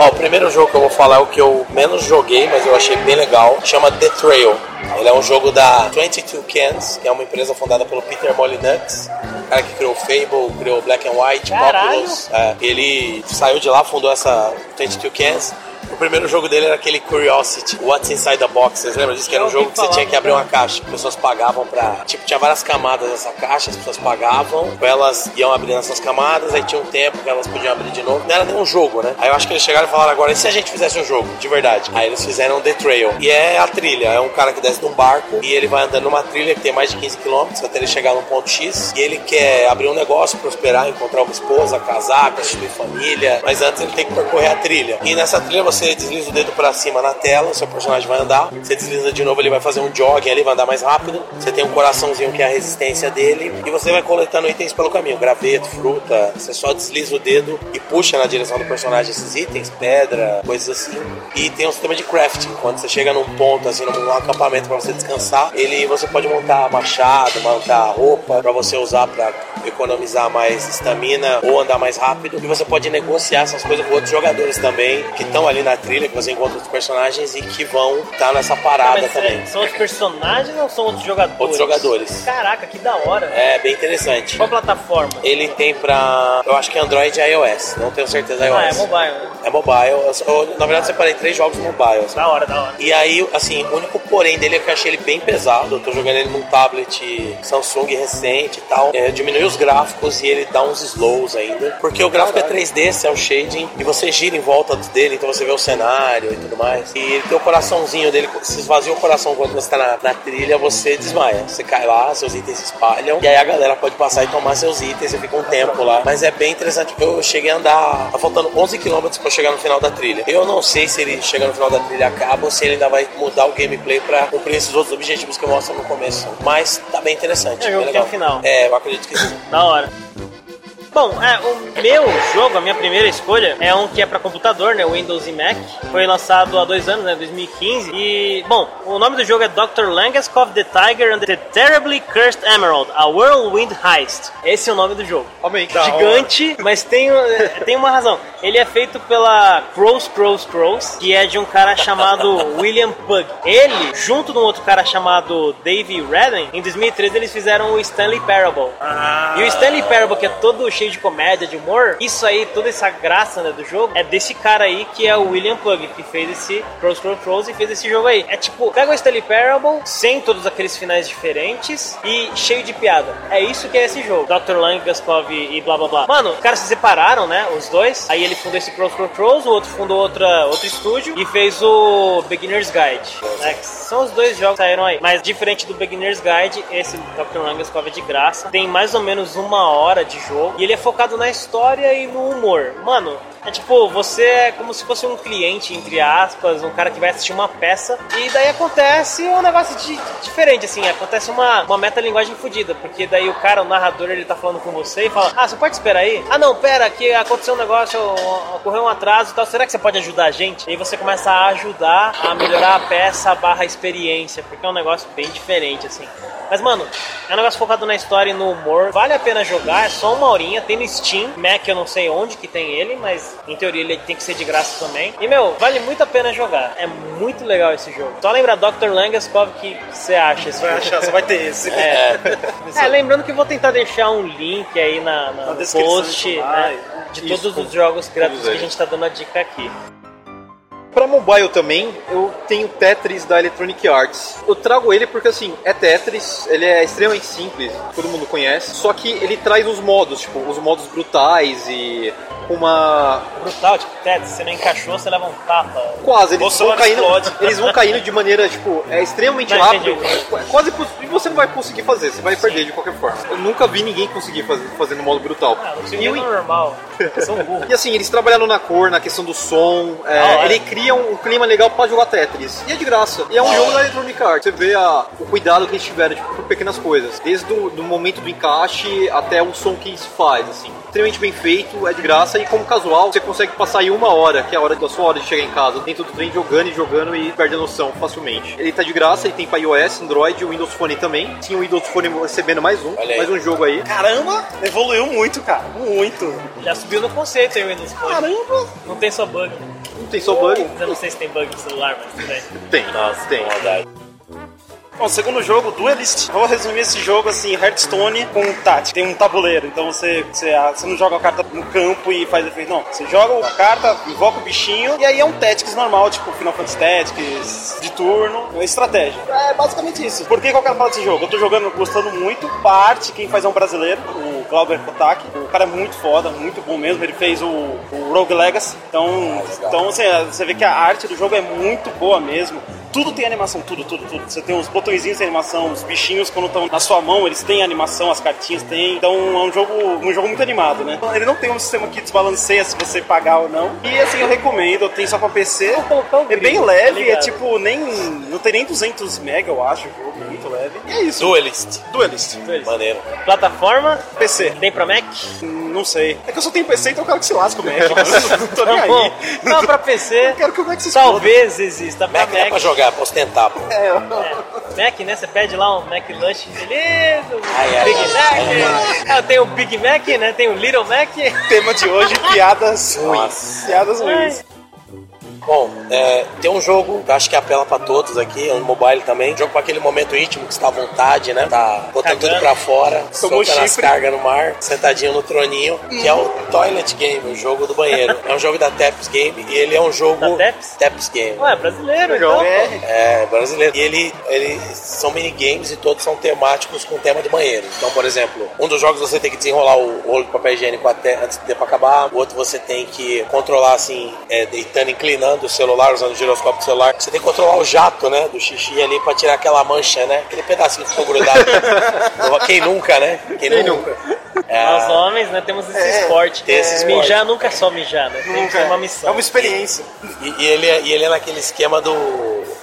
Speaker 1: Ó, o primeiro jogo que eu vou falar é o que eu menos joguei, mas eu achei bem legal. Chama The Trail. Ele é um jogo da 22 Cans, que é uma empresa fundada pelo Peter Molyneux, o cara que criou Fable, criou Black and White,
Speaker 2: Caralho!
Speaker 1: Populous. É, ele saiu de lá, fundou essa 22 Cans. O primeiro jogo dele era aquele Curiosity, What's Inside the Box. Vocês lembram disso? Que era um
Speaker 2: Já
Speaker 1: jogo
Speaker 2: ouvi
Speaker 1: que você
Speaker 2: falar,
Speaker 1: tinha que abrir uma caixa. As pessoas pagavam pra. Tipo, tinha várias camadas nessa caixa, as pessoas pagavam, elas iam abrindo essas camadas, aí tinha um tempo que elas podiam abrir de novo. Não era nem um jogo, né? Aí eu acho que eles chegaram e falaram agora, e se a gente fizesse um jogo, de verdade? Aí eles fizeram The Trail. E é a trilha, é um cara que desce de um barco e ele vai andando numa trilha que tem mais de 15 quilômetros até ele chegar no ponto X. E ele quer abrir um negócio, prosperar, encontrar uma esposa, casar, construir família. Mas antes ele tem que percorrer a trilha. E nessa trilha você desliza o dedo pra cima na tela, seu personagem vai andar. Você desliza de novo, ele vai fazer um jogging ali, vai andar mais rápido. Você tem um coraçãozinho que é a resistência dele. E você vai coletando itens pelo caminho: graveto, fruta. Você só desliza o dedo e puxa na direção do personagem esses itens, pedra, coisas assim. E tem um sistema de crafting. Quando você chega num ponto, assim, num acampamento pra você descansar, ele você pode montar machado, montar roupa pra você usar pra economizar mais estamina ou andar mais rápido. E você pode negociar essas coisas com outros jogadores também que estão ali na trilha, que você encontra outros personagens e que vão estar nessa parada
Speaker 2: Mas,
Speaker 1: também.
Speaker 2: peraí, São os personagens ou são outros jogadores?
Speaker 1: Outros jogadores.
Speaker 2: Caraca, que da hora.
Speaker 1: É bem interessante.
Speaker 2: Qual plataforma?
Speaker 1: Ele tem pra. Eu acho que é Android e iOS. Não tenho certeza iOS.
Speaker 2: Ah, é mobile.
Speaker 1: É mobile. Eu- eu- na verdade, eu separei três jogos mobiles. né?
Speaker 2: Da hora, da hora.
Speaker 1: E aí, assim, o único porém dele é que eu achei ele bem pesado. Eu tô jogando ele num tablet Samsung recente e tal. É, diminui os gráficos e ele dá uns slows ainda. Porque o gráfico é 3D, cel shading, e você gira em volta dele, então você vê o cenário e tudo mais. E ele tem o coraçãozinho dele, se esvazia o coração quando você tá na, na trilha, você desmaia. Você cai lá, seus itens se espalham, e aí a galera pode passar e tomar seus itens, você fica um tempo lá. Mas é bem interessante, eu cheguei a andar, tá faltando 11 quilômetros pra eu chegar no final da trilha. Eu não sei se ele chega no final da trilha acaba ou se ele ainda vai mudar o gameplay pra cumprir esses outros objetivos que eu mostro no começo. Mas tá bem interessante.
Speaker 2: É, jogo
Speaker 1: bem
Speaker 2: que é
Speaker 1: legal.
Speaker 2: o final.
Speaker 1: É, eu acredito que sim.
Speaker 2: Da hora. Bom, é, o meu jogo, a minha primeira escolha, é um que é pra computador, né? Windows e Mac. Foi lançado há dois anos, né? 2015. E, bom, o nome do jogo é Dr. Langaskov the Tiger and the Terribly Cursed Emerald, a Whirlwind Heist. Esse é o nome do jogo.
Speaker 6: Amém.
Speaker 2: Gigante, mas tem, é, tem uma razão. Ele é feito pela Crows Crows Crows, que é de um cara chamado William Pug. Ele, junto de um outro cara chamado Dave Redden, em 2013 eles fizeram o Stanley Parable. E o Stanley Parable, que é todo cheio de comédia, de humor, isso aí, toda essa graça né, do jogo, é desse cara aí que é o William Pug, que fez esse Crows Crows Crows e fez esse jogo aí. É tipo, pega o Stanley Parable, sem todos aqueles finais diferentes e cheio de piada. É isso que é esse jogo. Dr. Lang, Gaskov e blá blá blá. Mano, os caras se separaram, né? Os dois. Aí ele fundou esse Cross Cross Cross, o outro fundou outra, outro estúdio e fez o Beginner's Guide. né? Que São os dois jogos que saíram aí. Mas diferente do Beginner's Guide, esse Dr. Lang, Gaskov é de graça. Tem mais ou menos uma hora de jogo e ele é focado na história e no humor. Mano, é tipo, você é como se fosse um cliente, entre aspas, um cara que vai assistir uma peça, e daí acontece um negócio de- diferente, assim, acontece uma, uma metalinguagem fodida, porque daí o cara, o narrador, ele tá falando com você e fala, ah, você pode esperar aí? Ah não, pera, que aconteceu um negócio, o- ocorreu um atraso e tal, será que você pode ajudar a gente? E aí você começa a ajudar a melhorar a peça barra experiência, porque é um negócio bem diferente, assim. Mas, mano, é um negócio focado na história e no humor. Vale a pena jogar, é só uma horinha. Tem no Steam, Mac eu não sei onde que tem ele, mas em teoria ele tem que ser de graça também. E, meu, vale muito a pena jogar. É muito legal esse jogo. Só lembra Dr. Langaskov que você acha esse
Speaker 3: Vai
Speaker 2: jogo.
Speaker 3: achar, só vai ter esse.
Speaker 2: É. É, lembrando que eu vou tentar deixar um link aí na, na-
Speaker 3: Na
Speaker 2: no
Speaker 3: descrição
Speaker 2: post
Speaker 3: do
Speaker 2: né,
Speaker 3: canal.
Speaker 2: de
Speaker 6: Isso,
Speaker 2: todos
Speaker 6: com
Speaker 2: os jogos gratuitos que a
Speaker 6: eles.
Speaker 2: gente tá dando a dica aqui.
Speaker 6: Pra mobile também, eu tenho Tetris da Electronic Arts. Eu trago ele porque, assim, é Tetris, ele é extremamente simples, todo mundo conhece, só que ele traz os modos, tipo, os modos brutais e uma...
Speaker 2: Brutal, tipo, Ted, se você não encaixou, você leva um tapa.
Speaker 6: Quase, eles
Speaker 2: Bolsonaro
Speaker 6: vão, caindo,
Speaker 2: explode.
Speaker 6: eles vão caindo de maneira, tipo, é extremamente
Speaker 2: Não,
Speaker 6: rápido.
Speaker 2: entendi.
Speaker 6: Quase poss- e você não vai conseguir fazer, você vai perder de qualquer forma. Eu nunca vi ninguém conseguir fazer, fazer no modo brutal.
Speaker 2: Ah, não
Speaker 6: E
Speaker 2: sei
Speaker 6: o
Speaker 2: o que é normal. Eu sou um burro.
Speaker 6: E assim, eles trabalharam na cor, na questão do som. é,
Speaker 2: Da hora.
Speaker 6: ele cria um clima legal pra jogar Tetris. E é de graça. E é um jogo da Electronic Arts. Você vê a- o cuidado que eles tiveram tipo, por pequenas coisas. Desde o do momento do encaixe até o som que se faz, assim. Extremamente bem feito, é de graça. E como casual, você consegue passar aí uma hora, que é a hora da sua hora de chegar em casa, dentro do trem, jogando e jogando e perde a noção facilmente. Ele tá de graça, ele tem pra iOS, Android e Windows Phone também. Sim, o Windows Phone recebendo mais um,
Speaker 1: Olha aí.
Speaker 6: mais um jogo aí.
Speaker 3: Caramba, evoluiu muito, cara. Muito.
Speaker 2: Já subiu no conceito aí o Windows Phone.
Speaker 3: Caramba.
Speaker 2: Não tem só bug.
Speaker 6: Não tem só bug.
Speaker 2: Eu não sei se tem bug no celular, mas tudo bem.
Speaker 6: Tem, tem.
Speaker 1: Maldade.
Speaker 4: Bom, segundo jogo, Duelist. Vou resumir esse jogo assim, Hearthstone com Tati. Tem um tabuleiro, então você, você, ah, você não joga a carta no campo e faz efeito, não. Você joga a carta, invoca o bichinho, e aí é um Tactics normal, tipo Final Fantasy Tactics, de turno, é estratégia. É basicamente isso. Por que, que eu quero falar desse jogo? Eu tô jogando, gostando muito. Parte, quem faz é um brasileiro, o Glauber Kotak. O cara é muito foda, muito bom mesmo. Ele fez o, o Rogue Legacy. Então, então assim, você vê que a arte do jogo é muito boa mesmo. Tudo tem animação, tudo, tudo, tudo. Você tem os botõezinhos de animação, os bichinhos quando estão na sua mão, eles têm animação, as cartinhas têm. Então é um jogo, um jogo muito animado, né? Ele não tem um sistema que desbalanceia se você pagar ou não. E assim, eu recomendo, eu tenho só pra PC. É
Speaker 2: tá
Speaker 4: bem leve, é tipo, nem. Não tem nem 200 mega, eu acho, o jogo, é muito leve. E é isso.
Speaker 1: Duelist.
Speaker 4: Duelist.
Speaker 1: Maneiro.
Speaker 4: tipo-
Speaker 2: Plataforma,
Speaker 4: PC.
Speaker 2: tem pra Mac?
Speaker 4: Não sei. É que eu só tenho PC, então eu quero que se lasque o Mac. Eu não tô nem
Speaker 2: Tá bom.
Speaker 4: aí.
Speaker 2: Não, pra PC,
Speaker 4: Eu quero que o Mac se exploda. é
Speaker 2: talvez exista pra
Speaker 1: Mac dá pra
Speaker 2: Mac. né?
Speaker 1: jogar, pra ostentar. pô.
Speaker 2: Mac, né? Você pede lá um Mac Lunch, beleza?
Speaker 1: Ai, ai,
Speaker 2: Big
Speaker 1: ai,
Speaker 2: Mac. Ah, tem o Big Mac, né? Tem o Little Mac.
Speaker 4: Tema de hoje, piadas ruins.
Speaker 1: Nossa.
Speaker 4: Piadas ruins.
Speaker 1: Bom, é, tem um jogo que eu acho que apela pra todos aqui, é um mobile também. Jogo pra aquele momento íntimo que você tá à vontade, né? Tá botando
Speaker 2: Cagando.
Speaker 1: tudo pra fora,
Speaker 4: Tomou
Speaker 1: soltando as
Speaker 4: chifre.
Speaker 1: cargas no mar, sentadinho no troninho, que é o Toilet Game, o jogo do banheiro. é um jogo da Taps Game e ele é um jogo.
Speaker 2: Da Taps?
Speaker 1: Taps Game.
Speaker 2: Ué, brasileiro, então.
Speaker 4: É,
Speaker 1: É, brasileiro. E ele, ele são minigames e todos são temáticos com tema de banheiro. Então, por exemplo, um dos jogos você tem que desenrolar o rolo de papel higiênico até antes do tempo acabar. O outro você tem que controlar, assim, é, deitando, inclinando o celular, usando o giroscópio do celular. Você tem que controlar o jato, né, do xixi ali pra tirar aquela mancha, né? Aquele pedacinho que ficou grudado. Quem nunca, né? Quem, nunca. É,
Speaker 2: Nós homens, né? Temos esse esporte.
Speaker 1: tem esse esporte.
Speaker 2: Mijar nunca é só mijar, né? Tem que ser uma missão.
Speaker 4: é uma experiência.
Speaker 1: E, e ele, é- e ele é naquele esquema do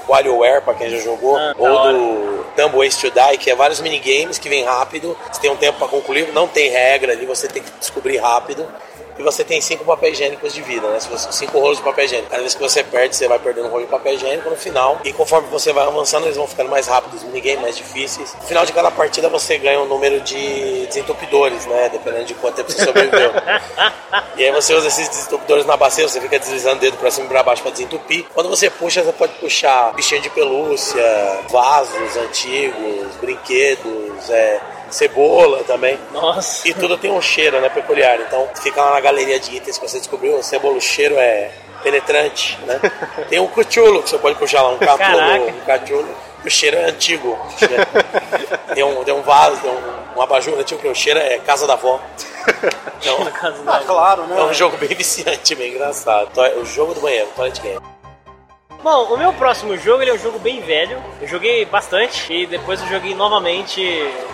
Speaker 1: WarioWare, pra quem já jogou,
Speaker 2: Ah, da
Speaker 1: ou
Speaker 2: hora.
Speaker 1: do Dumb Ways to Die, que é vários minigames que vem rápido, você tem um tempo pra concluir, não tem regra ali, você tem que descobrir rápido. E você tem cinco papéis higiênicos de vida, né? Se você- Cinco rolos de papel higiênico. Cada vez que você perde, você vai perdendo um rolo de papel higiênico no final. E conforme você vai avançando, eles vão ficando mais rápidos, minigames mais difíceis. No final de cada partida, você ganha um número de desentupidores, né? Dependendo de quanto tempo você sobreviveu. E aí você usa esses desentupidores na bacia, você fica deslizando o dedo pra cima e pra baixo pra desentupir. Quando você puxa, você pode puxar bichinho de pelúcia, vasos antigos, brinquedos, é, cebola também.
Speaker 2: Nossa.
Speaker 1: E tudo tem um cheiro, né, peculiar. Então fica lá na galeria de itens que você descobriu, o cebola, o cheiro é penetrante, né? Tem um cuchulo que você pode puxar lá, um
Speaker 2: Caraca.
Speaker 1: capulo, um cachulo. O cheiro é antigo. Tem um, tem um vaso, tem um, um abajur antigo, que o cheiro é casa da avó. Então,
Speaker 2: Caso
Speaker 4: Ah,
Speaker 2: não.
Speaker 4: claro, né?
Speaker 1: é um jogo bem viciante, bem engraçado. Então, é O jogo do banheiro, toilet game.
Speaker 2: Bom, o meu próximo jogo ele é um jogo bem velho. Eu joguei bastante e depois eu joguei novamente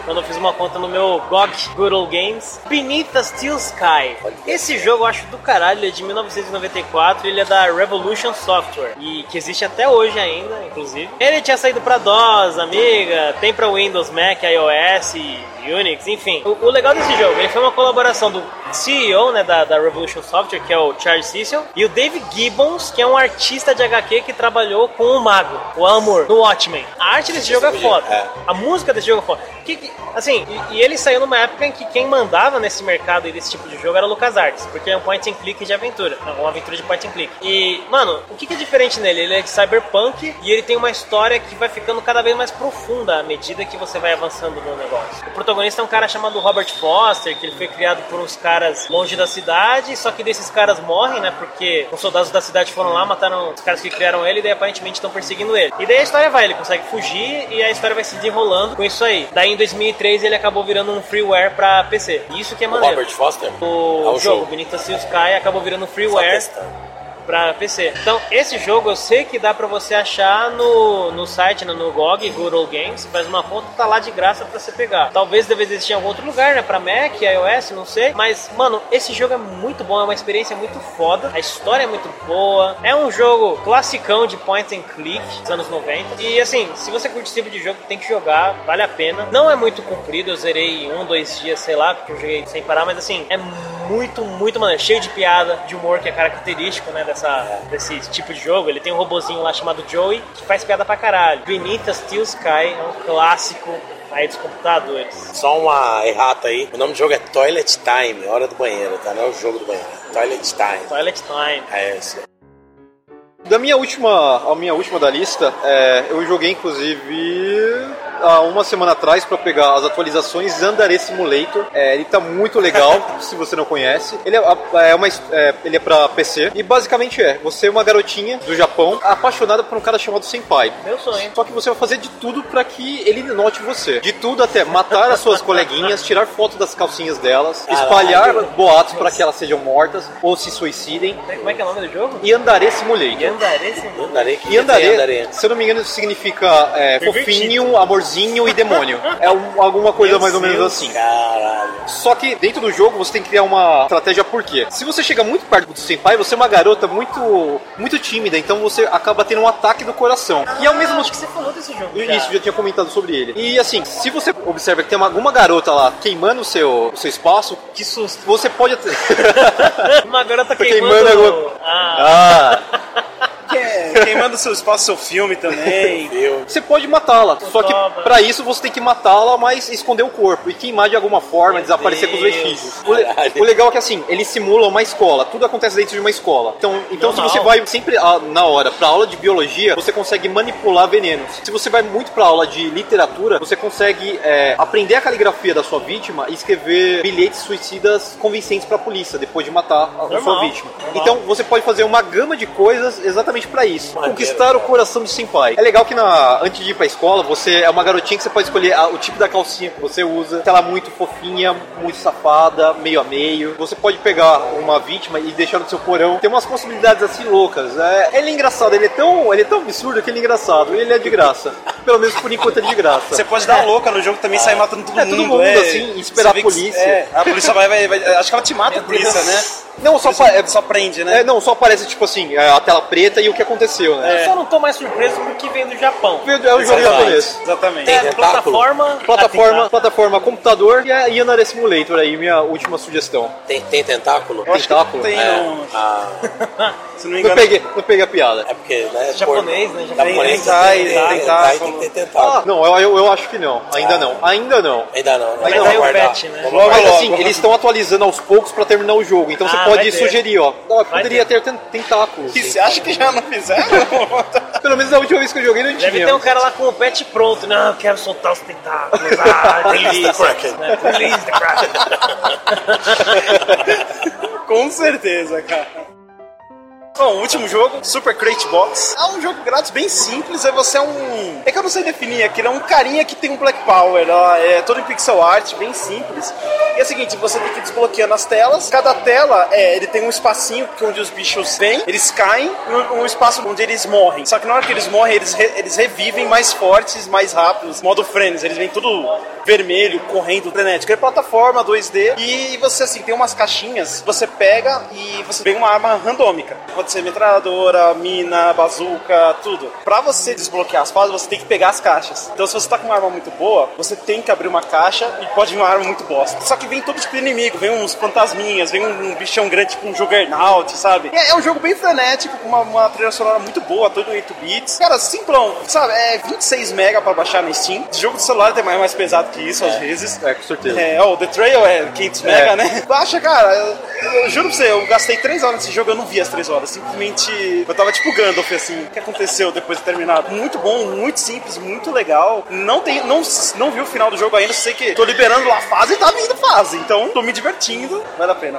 Speaker 2: quando eu fiz uma conta no meu GOG Good Old Games. Beneath the Steel Sky. Esse jogo eu acho do caralho, ele é de 1994, ele é da Revolution Software e que existe até hoje ainda, inclusive. Ele tinha saído pra DOS, Amiga, tem pra Windows, Mac, iOS e Unix, enfim. O, o legal desse jogo, ele foi uma colaboração do CEO né, da, da Revolution Software, que é o Charles Cecil, e o Dave Gibbons, que é um artista de HQ que trabalhou com o Mago, o Amor, no Watchmen. A arte desse jogo é foda.
Speaker 1: É.
Speaker 2: A música desse jogo é foda. Que, que- assim, e, e ele saiu numa época em que quem mandava nesse mercado e desse tipo de jogo era o LucasArts, porque é um point and click de aventura. é Uma aventura de point and click. E, mano, o que, que é diferente nele? Ele é cyberpunk e ele tem uma história que vai ficando cada vez mais profunda à medida que você vai avançando no negócio. O protagonista é um cara chamado Robert Foster, que ele foi criado por uns caras longe da cidade, só que desses caras morrem, né? Porque os soldados da cidade foram lá, mataram os caras que criaram ele e daí aparentemente estão perseguindo ele. E daí a história vai, ele consegue fugir e a história vai se desenrolando com isso aí. Daí em 2003 ele acabou virando um freeware pra PC. Isso que é
Speaker 1: O
Speaker 2: maneiro.
Speaker 1: Robert Foster?
Speaker 2: O
Speaker 1: Ah,
Speaker 2: jogo, Benita Seal Sky acabou virando um
Speaker 1: Só
Speaker 2: freeware
Speaker 1: testando.
Speaker 2: pra PC. Então, esse jogo eu sei que dá pra você achar no, no site, no, no GOG, Good Old Games, mas uma conta tá lá de graça pra você pegar. Talvez deve existir em algum outro lugar, né? Pra Mac, iOS, não sei. Mas, mano, esse jogo é muito bom, é uma experiência muito foda, a história é muito boa, é um jogo classicão de point and click dos anos 90. E, assim, se você curte esse tipo de jogo, tem que jogar, vale a pena. Não é muito comprido, eu zerei um, dois dias, sei lá, porque eu joguei sem parar, mas, assim, é muito, muito maneiro. Cheio de piada, de humor que é característico, né, dessa, desse tipo de jogo. Ele tem um robozinho lá chamado Joey, que faz piada pra caralho. Beneath the Steel Sky é um clássico aí dos computadores.
Speaker 1: Só uma errata aí. O nome do jogo é Toilet Time, hora do banheiro, tá? Não é o jogo do banheiro. Toilet Time.
Speaker 2: Toilet Time.
Speaker 1: É isso.
Speaker 6: Da minha última, a minha última da lista, é, eu joguei inclusive há uma semana atrás para pegar as atualizações Zandaré Simulator. É, ele tá muito legal, se você não conhece. Ele é, é uma, é, ele é pra PC e basicamente é: você é uma garotinha do Japão apaixonada por um cara chamado Senpai.
Speaker 2: Meu sonho.
Speaker 6: Só que você vai fazer de tudo para que ele note você. De tudo até matar as suas coleguinhas, tirar foto das calcinhas delas, espalhar boatos para que elas sejam mortas ou se suicidem.
Speaker 2: Como é que é o nome do jogo?
Speaker 6: E Andaré Simulator.
Speaker 2: Yandaré Simulator.
Speaker 1: Andarei, que
Speaker 6: E
Speaker 1: desenho
Speaker 6: Andaré, se eu não me engano, significa é, fofinho, amorzinho e demônio. É um- alguma coisa mais ou menos assim.
Speaker 1: Caralho.
Speaker 6: Só que dentro do jogo você tem que criar uma estratégia por quê? Se você chega muito perto do senpai, você é uma garota muito muito tímida, então você acaba tendo um ataque do coração. E ao mesmo
Speaker 2: é Acho que você falou desse jogo.
Speaker 6: eu-
Speaker 2: cara.
Speaker 6: Isso, já tinha comentado sobre ele. E assim, se você observa que tem uma- alguma garota lá queimando o seu, o seu espaço,
Speaker 2: Que susto.
Speaker 6: você pode até.
Speaker 2: Uma garota
Speaker 6: Tô
Speaker 2: tá queimando.
Speaker 6: queimando alguma-
Speaker 2: Ah,
Speaker 6: ah! é.
Speaker 4: Queimando seu espaço, seu filme também.
Speaker 1: Meu.
Speaker 6: Você pode matá-la, só que
Speaker 2: dobra.
Speaker 6: pra isso você tem que matá-la, mas esconder o corpo e queimar de alguma forma, desaparecer com os
Speaker 2: Deus,
Speaker 6: vestígios. O, le-
Speaker 1: caralho.
Speaker 6: o legal é que assim, ele simula uma escola, tudo acontece dentro de uma escola. Então, então se
Speaker 2: Normal.
Speaker 6: você vai sempre ah, na hora pra aula de biologia, você consegue manipular venenos. Se você vai muito pra aula de literatura, você consegue é, aprender a caligrafia da sua vítima e escrever bilhetes suicidas convincentes pra polícia depois de matar a- a
Speaker 2: Normal,
Speaker 6: sua vítima.
Speaker 2: normal.
Speaker 6: Então você pode fazer uma gama de coisas exatamente pra isso.
Speaker 1: Maneiro,
Speaker 6: Conquistar o coração de senpai. É legal que na, antes de ir pra escola, você é uma garotinha que você pode escolher a- o tipo da calcinha que você usa. Se ela é muito fofinha, muito safada, meio a meio. Você pode pegar uma vítima e deixar no seu porão. Tem umas possibilidades assim loucas. É, ele é engraçado, ele é, tão, ele é tão absurdo que ele é engraçado. Ele é de graça. Pelo menos por enquanto é de graça.
Speaker 4: Você pode dar louca no jogo também, sair matando todo
Speaker 6: É,
Speaker 4: mundo.
Speaker 6: todo mundo, assim, e esperar
Speaker 4: Você vê
Speaker 6: a
Speaker 4: que-
Speaker 6: polícia.
Speaker 4: é, a polícia vai, vai, vai- Acho que ela te mata, a polícia, né?
Speaker 6: Não, só,
Speaker 4: Só,
Speaker 6: pa- é-
Speaker 4: só prende, né?
Speaker 6: é, não, só aparece tipo assim, é, a tela preta e o que aconteceu, né?
Speaker 1: É.
Speaker 4: É.
Speaker 2: Eu só não tô mais surpreso porque vem do Japão.
Speaker 6: É um jogo
Speaker 1: Exatamente.
Speaker 6: japonês.
Speaker 4: Exatamente.
Speaker 1: Tem
Speaker 2: É,
Speaker 1: tentáculo?
Speaker 2: plataforma. Tá
Speaker 6: Plataforma, plataforma computador e a Yanare Simulator aí, minha última sugestão.
Speaker 1: Tem, tem tentáculo?
Speaker 6: acho que
Speaker 1: Tentáculo?
Speaker 4: tem,
Speaker 1: é.
Speaker 4: não.
Speaker 1: Ah,
Speaker 4: Se não me
Speaker 6: Não
Speaker 4: engano.
Speaker 6: peguei, não peguei a piada.
Speaker 1: é porque, né?
Speaker 2: Japonês,
Speaker 1: por-
Speaker 2: né? Japonês.
Speaker 1: Japonês
Speaker 4: Hentai,
Speaker 1: tem, tem, tem,
Speaker 4: tentáculo.
Speaker 1: hentai, tem que ter
Speaker 6: Ah,
Speaker 1: tentáculo.
Speaker 6: não, eu, eu, eu acho que não. Ainda não. Ainda não.
Speaker 1: Ainda não, né?
Speaker 6: Ainda
Speaker 1: Vamos
Speaker 6: não.
Speaker 1: aguardar.
Speaker 2: Patch, né?
Speaker 1: Vamos
Speaker 6: Mas
Speaker 1: aguardar.
Speaker 6: assim, eles estão atualizando aos poucos pra terminar o jogo. Então você
Speaker 2: Ah, vai
Speaker 6: pode
Speaker 2: ter.
Speaker 6: sugerir, ó. Ó, poderia
Speaker 2: ter.
Speaker 6: ter, ten- tentáculos.
Speaker 4: Que você acha que já não fizeram?
Speaker 6: Pelo menos na última vez que eu joguei não tinha.
Speaker 2: Deve ter um cara lá com o pet pronto. Não, eu quero soltar os tentáculos. Ah, delícia. Né? Release the Kraken.
Speaker 4: Com certeza, cara. Bom, último jogo, Super Crate Box. É um jogo grátis bem simples, é você é um... É que eu não sei definir aquilo, é um carinha que tem um Black Power, ó, é todo em pixel art, bem simples. E é o seguinte, você tem que ir desbloqueando as telas, cada tela, é, ele tem um espacinho que onde os bichos vêm, eles caem, e um, um espaço onde eles morrem. Só que na hora que eles morrem, eles, re- eles revivem mais fortes, mais rápidos, modo frames, eles vêm tudo vermelho, correndo, frenético. É plataforma 2D e você, assim, tem umas caixinhas, você pega e você pega uma arma randômica. Pode ser metralhadora, mina, bazuca, tudo. Pra você desbloquear as fases, você tem que pegar as caixas. Então, se você tá com uma arma muito boa, você tem que abrir uma caixa e pode vir uma arma muito bosta. Só que vem todo tipo de inimigo, vem uns fantasminhas, vem um, um bichão grande, tipo um juggernaut, sabe? E é, é um jogo bem frenético, com uma, uma trilha sonora muito boa, todo em 8 bits. Cara, simplão, sabe? É 26 mega pra baixar no Steam. Esse jogo de celular é mais, mais pesado que isso, às vezes.
Speaker 6: É, com certeza.
Speaker 4: É, ó, o The Trail é 500 mega, né? Baixa, cara, eu, eu juro pra você, eu gastei 3 horas nesse jogo, eu não vi as 3 horas. Simplesmente, eu tava tipo Gandalf, assim, o que aconteceu depois de terminar? Muito bom, muito simples, muito legal. Não tem, não, não vi o final do jogo ainda, sei que tô liberando lá a fase e tá vindo fase. Então, tô me divertindo, vale a pena.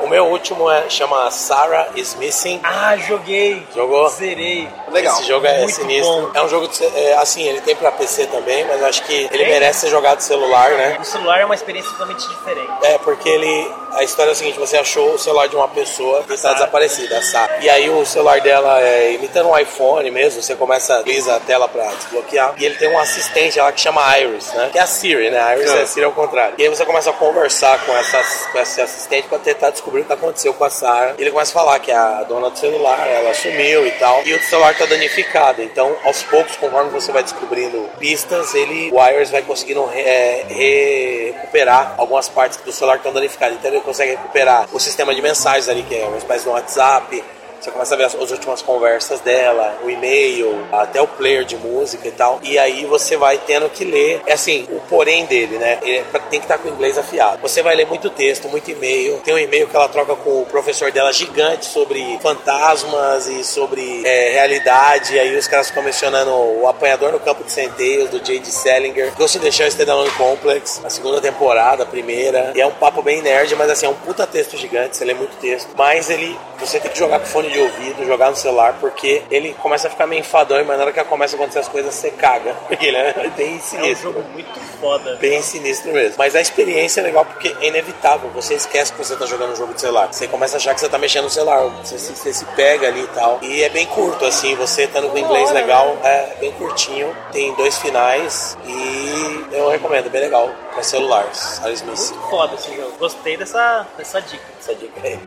Speaker 1: O meu último é, chama Sarah is Missing.
Speaker 2: Ah, joguei.
Speaker 1: Jogou?
Speaker 2: Zerei.
Speaker 1: Legal. Esse jogo é
Speaker 2: Muito
Speaker 1: sinistro.
Speaker 2: bom.
Speaker 1: É um jogo, de ce- é, assim, ele tem pra PC também, mas acho que ele merece ser jogado celular, né?
Speaker 2: O celular é uma experiência totalmente diferente.
Speaker 1: É, porque ele. A história é a seguinte: você achou o celular de uma pessoa que está desaparecida, a Sara. E aí o celular dela é imitando um iPhone mesmo, você começa a deslizar a tela pra desbloquear. E ele tem um assistente lá que chama Iris, né? Que é a Siri, né? A Iris é a Siri ao contrário. E aí você começa a conversar com, essas, com esse assistente pra tentar descobrir o que aconteceu com a Sara. Ele começa a falar que a dona do celular, ela sumiu e tal. E o celular tá danificado. Então, aos poucos, conforme você vai descobrindo pistas, ele, o Iris vai conseguindo re- é, re- recuperar algumas partes do celular que estão danificadas. Então, ele consegue recuperar o sistema de mensagens ali, que é uma espécie de um WhatsApp. Você começa a ver as, as últimas conversas dela, o e-mail, até o player de música e tal. E aí você vai tendo que ler, é assim, o porém dele, né? Ele- pra- tem que estar com o inglês afiado. Você vai ler muito texto, muito e-mail. Tem um e-mail que ela troca com o professor dela gigante sobre fantasmas e sobre é, realidade. Aí os caras ficam mencionando o apanhador no campo de centeios, do J.D. Salinger, Ghost in the Shell Standalone Complex, a segunda temporada, a primeira. E é um papo bem nerd, mas assim, é um puta texto gigante, você lê muito texto. Mas ele, você tem que jogar com fone de ouvido, jogar no celular, porque ele começa a ficar meio enfadão e na hora que começa a acontecer as coisas, você caga. Porque ele é bem
Speaker 8: É um
Speaker 1: sinistro.
Speaker 8: jogo muito foda.
Speaker 1: Bem sinistro mesmo. Mas a experiência é legal porque é inevitável. Você esquece que você tá jogando um jogo de celular. Você começa a achar que você tá mexendo no celular. Você se, você se pega ali e tal. E é bem curto, assim. Você estando com inglês legal, é bem curtinho. Tem dois finais. E eu recomendo, é bem legal. Pra celular. Sarah Smith.
Speaker 8: Foda esse jogo. Gostei dessa, dessa dica.
Speaker 1: Essa dica aí.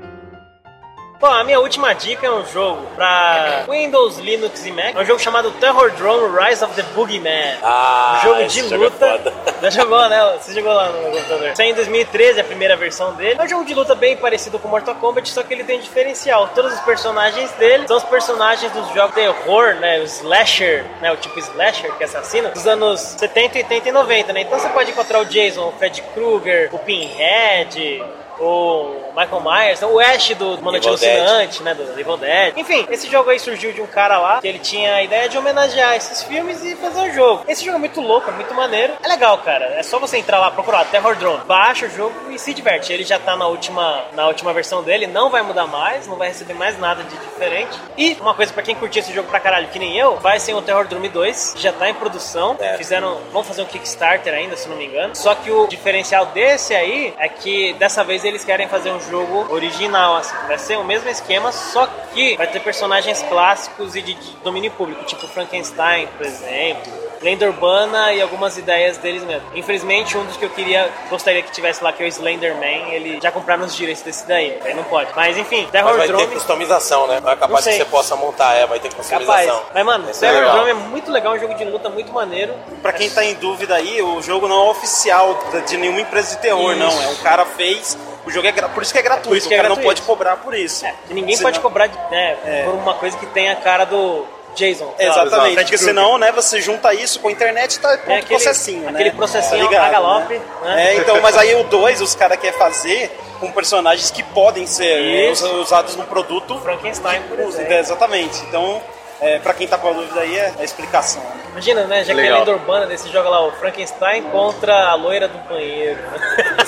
Speaker 2: Bom, a minha última dica é um jogo pra Windows, Linux e Mac. É um jogo chamado Terror Drone Rise of the Boogeyman.
Speaker 1: Ah,
Speaker 2: um jogo
Speaker 1: esse
Speaker 2: de
Speaker 1: jogo é
Speaker 2: luta.
Speaker 1: foda.
Speaker 2: Já jogou, né? Você jogou lá no computador. Saiu em 2013, a primeira versão dele. É um jogo de luta bem parecido com Mortal Kombat, só que ele tem um diferencial. Todos os personagens dele são os personagens dos jogos de terror, né? O slasher, né? O tipo slasher, que é assassino, dos anos 70, 80 e 90, né? Então você pode encontrar o Jason, o Fred Krueger, o Pinhead... O Michael Myers, né? o Ash do Mano
Speaker 1: Evil Dead.
Speaker 2: Alucinante gigante, né, do Evil Dead. Enfim, esse jogo aí surgiu de um cara lá que ele tinha a ideia de homenagear esses filmes e fazer um jogo. Esse jogo é muito louco, é muito maneiro. É legal, cara. É só você entrar lá, procurar Terror Drone, baixa o jogo e se diverte. Ele já tá na última, na última versão dele, não vai mudar mais, não vai receber mais nada de diferente. E uma coisa pra quem curtiu esse jogo pra caralho, que nem eu, vai ser o Terror Drone 2, que já tá em produção.
Speaker 1: É.
Speaker 2: Fizeram, vão fazer um Kickstarter ainda, se não me engano. Só que o diferencial desse aí é que dessa vez eles querem fazer um jogo original, assim. Vai ser o mesmo esquema, só que vai ter personagens clássicos e de, de domínio público, tipo Frankenstein, por exemplo, Lenda Urbana e algumas ideias deles mesmo. Infelizmente, um dos que eu queria, gostaria que tivesse lá, que é o Slenderman, ele já compraram os direitos desse daí, aí não pode. Mas enfim,
Speaker 1: Mas
Speaker 2: Terror
Speaker 1: vai ter
Speaker 2: Drone.
Speaker 1: customização, né? É um Não é
Speaker 2: Não
Speaker 1: capaz que
Speaker 2: sei.
Speaker 1: você possa montar. É, vai ter
Speaker 2: Capaz.
Speaker 1: customização.
Speaker 2: Mas, mano,
Speaker 1: Esse é
Speaker 2: Terror
Speaker 1: legal.
Speaker 2: Drone é muito legal, é um jogo de luta muito maneiro.
Speaker 4: Pra quem tá em dúvida aí, o jogo não é oficial da- de nenhuma empresa de terror,
Speaker 2: Isso.
Speaker 4: não. É um cara fez, o jogo é gra- por isso que é gratuito,
Speaker 2: isso que é
Speaker 4: o cara não
Speaker 2: gratuito.
Speaker 4: pode cobrar por isso.
Speaker 2: É, e ninguém
Speaker 4: Senão-
Speaker 2: pode cobrar de- né,
Speaker 4: É.
Speaker 2: por uma coisa que tem a cara do Jason. sei lá, do
Speaker 4: Exatamente,
Speaker 2: Fred
Speaker 4: porque
Speaker 2: Krueger.
Speaker 4: senão, né, você junta isso com a internet tá pronto
Speaker 2: É aquele-
Speaker 4: processinho,
Speaker 2: aquele
Speaker 4: né?
Speaker 2: processinho
Speaker 4: ligado,
Speaker 2: a galope, né?
Speaker 4: É, então, mas aí o 2, os caras querem fazer com personagens que podem ser né,
Speaker 2: Isso.
Speaker 4: usados no produto.
Speaker 2: Frankenstein, por
Speaker 4: Usa-
Speaker 2: exemplo.
Speaker 4: Exatamente. Então, é, pra quem tá com a dúvida aí, é a explicação.
Speaker 2: Imagina, né? Já que é
Speaker 6: Legal.
Speaker 2: lenda urbana, daí você joga lá o Frankenstein contra a loira do banheiro.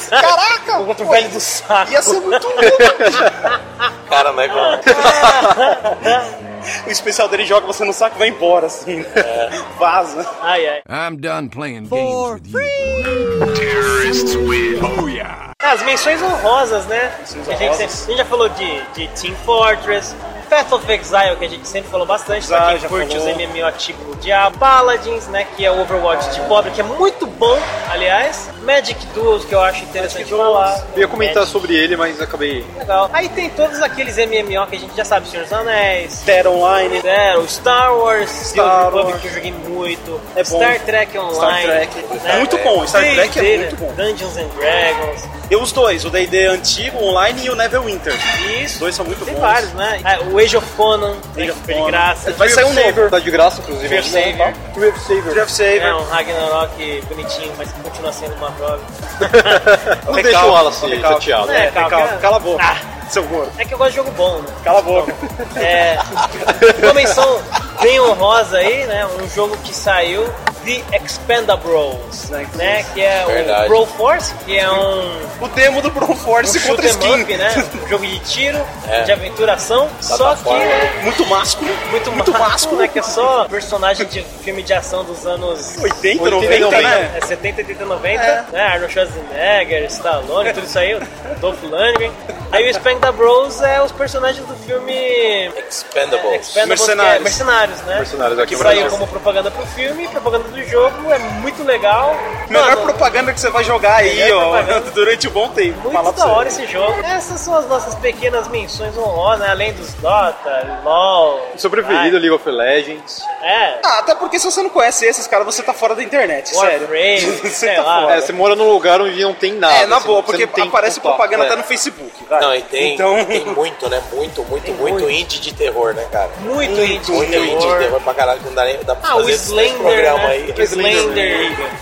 Speaker 4: Caraca!
Speaker 2: contra o
Speaker 4: pô,
Speaker 2: velho do saco.
Speaker 4: Ia ser muito louco.
Speaker 1: Cara, não é como...
Speaker 4: o especial dele joga você no saco e vai embora, assim. né?
Speaker 2: É.
Speaker 4: Vaza.
Speaker 2: Ai, ai.
Speaker 5: I'm done playing games with you.
Speaker 2: Ah, As menções honrosas, né? Que a, gente
Speaker 4: honrosas.
Speaker 2: sempre- a gente já falou de, de Team Fortress, Path of Exile, que a gente sempre falou bastante, pra
Speaker 4: Exile,
Speaker 2: quem
Speaker 4: já
Speaker 2: curte os
Speaker 4: falou.
Speaker 2: MMO tipo Diablo, Paladins, né? Que é o Overwatch de pobre, que é muito bom, aliás. Magic Duels, que eu acho interessante falar.
Speaker 6: Eu ia comentar
Speaker 2: Magic,
Speaker 6: sobre ele, mas acabei.
Speaker 2: legal. Aí tem todos aqueles MMO que a gente já sabe, Senhor dos Anéis,
Speaker 4: Dead Online. né?
Speaker 2: Zero, Star Wars, Star
Speaker 4: Star
Speaker 2: Republic,
Speaker 4: Wars.
Speaker 2: que eu joguei muito,
Speaker 4: É bom.
Speaker 2: Star Trek Online.
Speaker 4: Star Trek. Muito bom, Star Trek é
Speaker 2: D&D,
Speaker 4: muito bom.
Speaker 2: Dungeons and Dragons.
Speaker 4: E os dois, o D&D antigo, online e o Neverwinter.
Speaker 2: Isso.
Speaker 4: Os dois são muito
Speaker 2: Tem
Speaker 4: bons.
Speaker 2: vários, né? Ah, o Age of Conan, Age of de graça.
Speaker 4: Vai sair um novo. né?
Speaker 6: Tá de graça, inclusive.
Speaker 2: Tree of Savior.
Speaker 6: Tree of Savior.
Speaker 4: Draft Saver.
Speaker 2: É um Ragnarok bonitinho, mas que continua sendo uma droga.
Speaker 6: Não
Speaker 4: Recalque,
Speaker 6: deixa o Wallace
Speaker 4: recalque.
Speaker 6: chateado.
Speaker 2: É,
Speaker 4: É,
Speaker 2: calma,
Speaker 4: calma,
Speaker 2: cara.
Speaker 4: cala, a boca.
Speaker 2: Ah.
Speaker 4: Seu gordo.
Speaker 2: É que eu gosto de jogo bom, né?
Speaker 4: Cala a boca.
Speaker 2: É, uma menção bem honrosa aí, né? Um jogo que saiu, The Expendables, né? Que é o
Speaker 1: Verdade.
Speaker 2: Pro Force, que é um
Speaker 4: O demo do Brawl Force
Speaker 2: um
Speaker 4: contra
Speaker 2: shoot 'em
Speaker 4: skin.
Speaker 2: up, né? Um jogo de tiro,
Speaker 1: É.
Speaker 2: de aventuração, só que
Speaker 1: Plataforma.
Speaker 2: né,
Speaker 4: Muito másculo.
Speaker 2: muito, muito másculo, né? Que é só personagem de filme de ação dos anos
Speaker 4: 80,
Speaker 6: 80,
Speaker 4: 90,
Speaker 6: 90,
Speaker 4: né?
Speaker 2: É 70, 80, 90, né? Arnold Schwarzenegger, Stallone, tudo isso aí, o Dolph Lundgren. Aí o Spengler Bros é os personagens do filme
Speaker 1: Expendables.
Speaker 2: Expendables, que é
Speaker 4: Mercenários.
Speaker 2: mercenários né?
Speaker 6: Mercenários aqui
Speaker 2: que
Speaker 6: no
Speaker 2: saiu
Speaker 6: Brasil.
Speaker 2: como propaganda pro filme, propaganda do jogo, é muito legal.
Speaker 4: Melhor
Speaker 2: Mano,
Speaker 4: propaganda que você vai jogar aí,
Speaker 2: Melhor
Speaker 4: ó,
Speaker 2: propaganda.
Speaker 4: durante um bom tempo. Fala
Speaker 2: Muito
Speaker 4: pra
Speaker 2: da
Speaker 4: você.
Speaker 2: hora esse jogo. Essas são as nossas pequenas menções honrosas, né? além dos Dota, LOL.
Speaker 6: Sobrevenido, League of Legends.
Speaker 2: Ai, É,
Speaker 4: Ah, até porque se você não conhece esses caras, você tá fora da internet, sério.
Speaker 2: Warframe,
Speaker 4: Você
Speaker 2: sei
Speaker 4: tá
Speaker 2: lá.
Speaker 4: fora.
Speaker 6: É, você mora num lugar onde não tem nada.
Speaker 4: É, na
Speaker 6: você
Speaker 2: ah,
Speaker 4: boa,
Speaker 6: não- você
Speaker 4: porque
Speaker 6: não tem
Speaker 4: aparece
Speaker 6: contato,
Speaker 4: propaganda
Speaker 6: é.
Speaker 4: até no Facebook. vai.
Speaker 9: caralho.
Speaker 1: Não, e tem,
Speaker 9: Então-
Speaker 1: tem muito, né? Muito, muito, muito, indie de terror, né, cara?
Speaker 10: Muito, indie,
Speaker 1: Muito
Speaker 10: terror.
Speaker 1: indie de terror pra caralho, que não dá, nem, dá pra
Speaker 10: Ah, o
Speaker 1: fazer esse
Speaker 10: Slender,
Speaker 1: programa
Speaker 10: né?
Speaker 1: aí.
Speaker 10: O Slender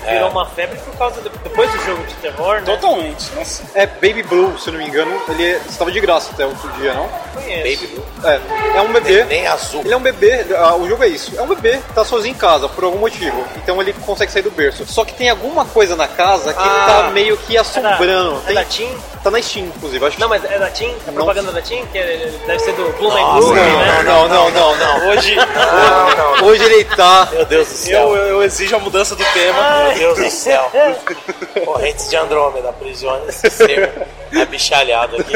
Speaker 2: É. Virou uma febre por causa do, depois do jogo de terror, né?
Speaker 4: Totalmente. Nossa.
Speaker 6: É Baby Blue, se eu não me engano, ele estava de graça até outro dia, não?
Speaker 2: Conheço.
Speaker 1: Baby Blue,
Speaker 6: É, é um bebê.
Speaker 1: nem azul.
Speaker 6: Ele é um bebê, ah, o jogo é isso. É um bebê que tá sozinho em casa, por algum motivo. Então ele consegue sair do berço. Só que tem alguma coisa na casa que tá meio que assombrando.
Speaker 2: É
Speaker 6: Tem-
Speaker 2: da Team?
Speaker 6: tá na Steam, inclusive. Acho que-
Speaker 2: Não, mas é da Team? É propaganda da Team? Que é- deve ser do Blue Man
Speaker 1: Nossa,
Speaker 2: Blue, né?
Speaker 6: não, não, não, não, não.
Speaker 4: Hoje,
Speaker 6: Hoje ele tá.
Speaker 1: Meu Deus do céu.
Speaker 4: eu, eu exijo a mudança do tema.
Speaker 1: Meu Deus do céu. Correntes de Andrômeda, aprisiona esse ser abichalhado aqui.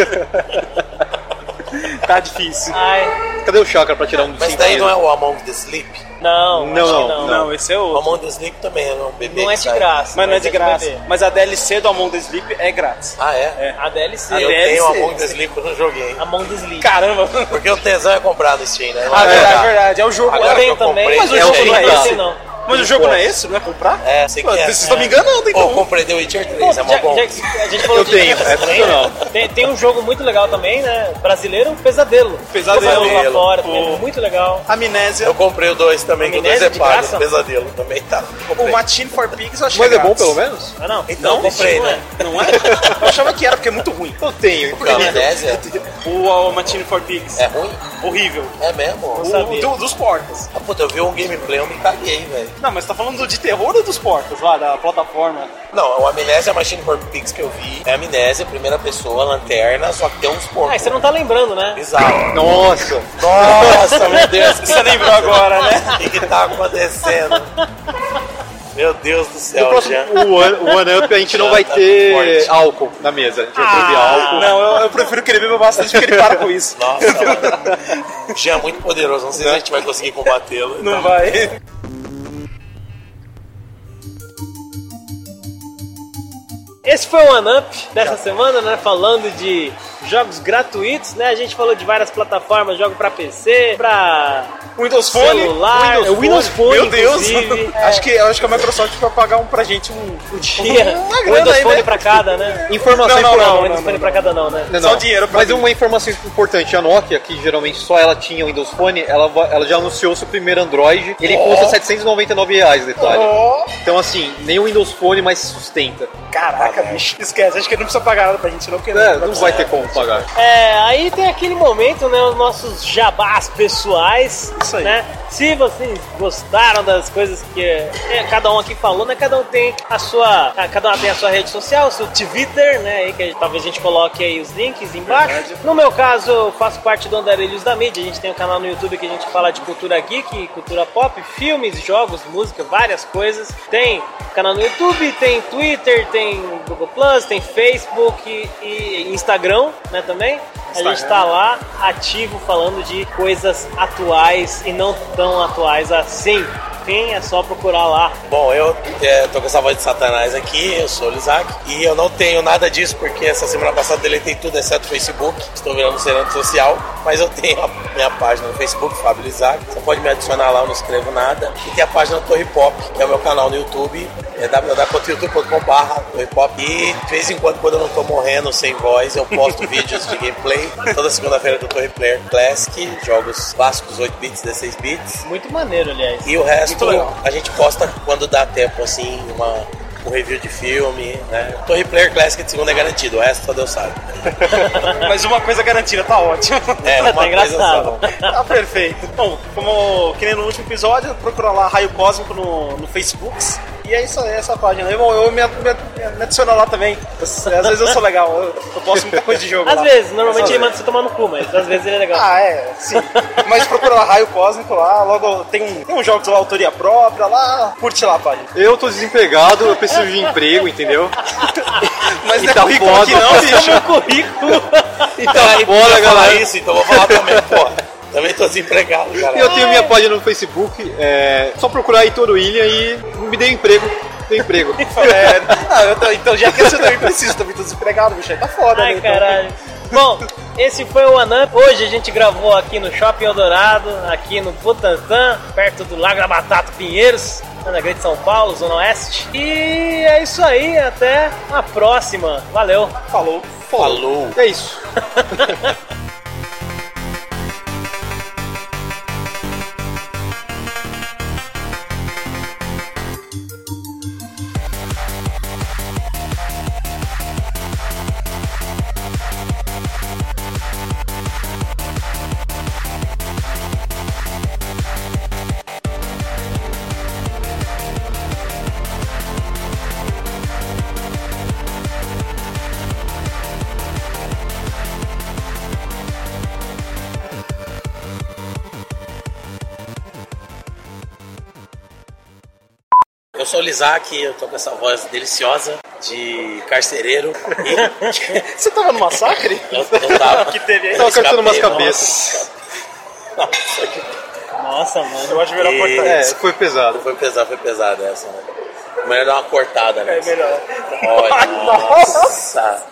Speaker 4: Tá difícil.
Speaker 2: Ai,
Speaker 6: Cadê o chakra pra tirar um dos
Speaker 1: Mas
Speaker 6: cinco
Speaker 1: daí não
Speaker 6: dedos?
Speaker 1: é o Among the Sleep?
Speaker 2: não,
Speaker 6: Não,
Speaker 2: acho que
Speaker 6: não,
Speaker 2: não.
Speaker 4: Não, esse é
Speaker 1: O
Speaker 4: o.
Speaker 1: Among the Sleep também é um bebê.
Speaker 2: Não é
Speaker 1: que
Speaker 2: de
Speaker 1: sai.
Speaker 2: graça.
Speaker 4: Mas não é de graça.
Speaker 2: bebê.
Speaker 4: Mas a DLC do Among the Sleep é grátis.
Speaker 1: Ah, é?
Speaker 2: A DLC.
Speaker 1: Ah, eu
Speaker 4: DLC.
Speaker 1: tenho o Among the Sleep, eu não joguei.
Speaker 2: Among the Sleep.
Speaker 4: Caramba!
Speaker 1: Porque o tesão é comprar no Steam, né? Não
Speaker 4: Ah,
Speaker 1: é
Speaker 4: verdade,
Speaker 1: jogar.
Speaker 4: verdade. É o jogo.
Speaker 1: Agora
Speaker 2: eu
Speaker 1: que
Speaker 2: tenho
Speaker 1: eu
Speaker 2: também.
Speaker 1: comprei,
Speaker 2: Mas o
Speaker 1: é
Speaker 2: jogo
Speaker 1: o
Speaker 2: não é
Speaker 1: Steam.
Speaker 2: esse, não.
Speaker 4: Mas o jogo não é esse? Não é comprar?
Speaker 1: É, sei que
Speaker 4: Mano,
Speaker 1: é.
Speaker 4: Vocês estão me enganando,
Speaker 1: Pô,
Speaker 4: então.
Speaker 1: comprei The Witcher 3, é
Speaker 2: Bom,
Speaker 1: mó
Speaker 2: já-
Speaker 1: bom.
Speaker 2: já que a gente falou
Speaker 6: Eu
Speaker 2: de
Speaker 6: tenho,
Speaker 2: Deus,
Speaker 6: é funcional.
Speaker 2: né? tem, tem um jogo muito legal também, né? Brasileiro, Pesadelo.
Speaker 4: Pesadelo.
Speaker 2: lá fora, também,
Speaker 4: Pô.
Speaker 2: muito legal.
Speaker 4: Amnésia.
Speaker 1: Eu comprei o 2 também, que o 2 é
Speaker 2: Amnésia de
Speaker 1: pago.
Speaker 2: graça?
Speaker 1: Pesadelo também tá.
Speaker 4: O
Speaker 1: Comprei.
Speaker 4: Machine for Pigs eu achei
Speaker 6: Mas é bom
Speaker 4: grátis.
Speaker 6: pelo menos?
Speaker 2: Ah, não.
Speaker 1: Então, comprei,
Speaker 2: não é.
Speaker 1: né?
Speaker 4: Não é? Eu achava que era, porque é muito ruim. é
Speaker 6: Eu tenho.
Speaker 1: Porque a amnésia
Speaker 4: O, o Machine for Pigs.
Speaker 1: é ruim?
Speaker 4: Horrível.
Speaker 1: É mesmo?
Speaker 4: O, do- dos porcas.
Speaker 1: Ah, puta, eu vi um gameplay, eu me caguei, velho.
Speaker 4: Não, mas você tá falando do de terror ou dos porcas lá, da plataforma?
Speaker 1: Não, o Amnésia Machine for Pigs que eu vi é Amnésia, primeira pessoa, lanterna, só que tem uns
Speaker 2: Ah, e
Speaker 1: porcos.
Speaker 2: você não tá lembrando, né?
Speaker 1: Bizarro.
Speaker 6: Nossa.
Speaker 1: Nossa, meu Deus, que
Speaker 4: Você lembrou agora, né?
Speaker 1: O que, que tá acontecendo? Meu Deus do
Speaker 6: No
Speaker 1: céu,
Speaker 6: próximo
Speaker 1: Jean.
Speaker 6: o One, o One Up a gente não vai ter álcool na mesa. A gente vai proibir álcool.
Speaker 4: Não, eu, eu prefiro que ele beba bastante porque ele para com isso.
Speaker 1: Nossa, mano. Jean é muito poderoso, não sei se a gente vai conseguir combatê-lo. então.
Speaker 4: Não vai.
Speaker 2: Esse foi o One Up dessa semana, né? Falando de jogos gratuitos, né? A gente falou de várias plataformas, jogo pra PC, pra
Speaker 4: Windows Phone.
Speaker 2: celular,
Speaker 6: Windows- Windows Phone,
Speaker 4: Meu Deus.
Speaker 2: inclusive.
Speaker 4: Acho, que, acho que a Microsoft vai pagar um pra gente um.
Speaker 2: Dia.
Speaker 4: Uma grana
Speaker 2: Windows
Speaker 4: aí,
Speaker 2: Phone
Speaker 4: né?
Speaker 2: pra cada, né?
Speaker 6: Informação importante.
Speaker 4: Não, não,
Speaker 2: Não,
Speaker 4: não,
Speaker 2: Windows
Speaker 4: não,
Speaker 2: Phone pra cada não, né?
Speaker 6: Não,
Speaker 4: Só
Speaker 6: não.
Speaker 4: dinheiro pra
Speaker 6: Mas
Speaker 4: mim.
Speaker 6: uma informação importante, a Nokia, que geralmente só ela tinha o Windows Phone, ela, va- ela já anunciou seu primeiro Android. Ele custa 799 reais, detalhe. Então assim, nem o Windous Phone mais se sustenta.
Speaker 4: Caraca, bicho. Esquece. Acho que ele não precisa pagar nada pra gente, não. Porque
Speaker 6: É, não vai ter como pagar.
Speaker 2: É, aí tem aquele momento, né? Os nossos jabás pessoais.
Speaker 4: Isso aí.
Speaker 2: Né? Se vocês gostaram das coisas que é, cada um aqui falou, né? Cada um tem a sua. a- Cada um tem a sua rede social, o seu Twitter, né? Aí que a- talvez a gente coloque aí os links embaixo. No meu caso, eu faço parte do Andarilhos da Mídia. A gente tem um canal no YouTube que a gente fala de cultura geek, cultura pop, filmes, jogos, música, várias coisas. Tem canal no YouTube, tem Twitter, tem Google Plus, tem Facebook e Instagram, né, também. A gente tá lá ativo falando de coisas atuais e não tão atuais assim. Enfim, é só procurar lá.
Speaker 1: Bom, eu é, tô com essa voz de satanás aqui, eu sou o Isaac, e eu não tenho nada disso porque essa semana passada deletei tudo, exceto o Facebook, estou virando serante social, mas eu tenho a minha página no Facebook, Fábio Isaac, você pode me adicionar lá, eu não escrevo nada, e tem a página Torre Pop, que é o meu canal no YouTube, é www.youtube.com.br Torre Pop, e de vez em quando, quando eu não tô morrendo sem voz, eu posto vídeos de gameplay, toda segunda-feira do Torre Player Classic, jogos clássicos 8-bits, 16-bits,
Speaker 2: Muito maneiro, aliás.
Speaker 1: e o resto a gente posta quando dá tempo, assim, uma, um review de filme, né? Torre Player Classic de segunda é garantido, o resto só Deus sabe.
Speaker 4: Mas uma coisa garantida, tá ótimo.
Speaker 1: É, uma coisa
Speaker 2: Tá
Speaker 1: só.
Speaker 2: engraçado.
Speaker 4: Tá perfeito. Bom, como que nem no último episódio, procura lá Raio Cósmico no, no Facebook. E é isso aí, essa página. Eu, eu me, me, me adiciono lá também. Eu- às vezes eu sou legal, eu, eu posto muita coisa de jogo.
Speaker 2: Às
Speaker 4: lá.
Speaker 2: vezes, normalmente
Speaker 4: Às
Speaker 2: ele
Speaker 4: vezes.
Speaker 2: manda você tomar no cu, mas às vezes ele é legal.
Speaker 4: Ah, é, sim. Mas procura lá Raio Cósmico lá, logo tem, um, tem uns jogos lá, autoria própria lá. Curte lá a página.
Speaker 6: Eu tô desempregado, eu preciso de um emprego, entendeu?
Speaker 4: Mas
Speaker 6: E
Speaker 4: não é
Speaker 6: tá
Speaker 4: currículo
Speaker 6: foda.
Speaker 4: aqui não, bicho.
Speaker 2: Meu currículo.
Speaker 1: Então, aí,
Speaker 6: bora,
Speaker 1: bora, falar
Speaker 6: galera.
Speaker 1: isso, então vou falar também, porra. Também tô desempregado,
Speaker 6: E eu
Speaker 1: galera.
Speaker 6: tenho
Speaker 4: É.
Speaker 6: minha página no Facebook, é só procurar Heitor William e me dê um emprego. Dê emprego.
Speaker 4: É, não, eu tô- então já que eu também preciso, também tô desempregado, bicho. Aí tá foda, né?
Speaker 2: Ai,
Speaker 4: então.
Speaker 2: caralho. Bom, esse foi o Anamp. Hoje a gente gravou aqui no Shopping Eldorado, aqui no Butantã, perto do Lago da Batata Pinheiros, na Grande São Paulo, Zona Oeste. E é isso aí, até a próxima. Valeu!
Speaker 4: Falou.
Speaker 6: follow.
Speaker 1: Falou.
Speaker 6: É isso.
Speaker 1: Eu sou o Lizac, eu tô com essa voz deliciosa de carcereiro. E
Speaker 4: Você tava no massacre?
Speaker 1: eu, eu tava.
Speaker 4: que teve aí?
Speaker 1: Eu
Speaker 6: Tava cortando umas
Speaker 1: escapei, nossa,
Speaker 6: cabeças.
Speaker 2: Nossa, mano.
Speaker 4: Eu acho melhor
Speaker 1: E-
Speaker 4: cortar
Speaker 6: É,
Speaker 4: isso.
Speaker 6: foi pesado.
Speaker 1: Foi pesada, foi pesada essa, né? Melhor dar uma cortada
Speaker 4: É
Speaker 1: nessa.
Speaker 4: melhor.
Speaker 1: Olha, nossa!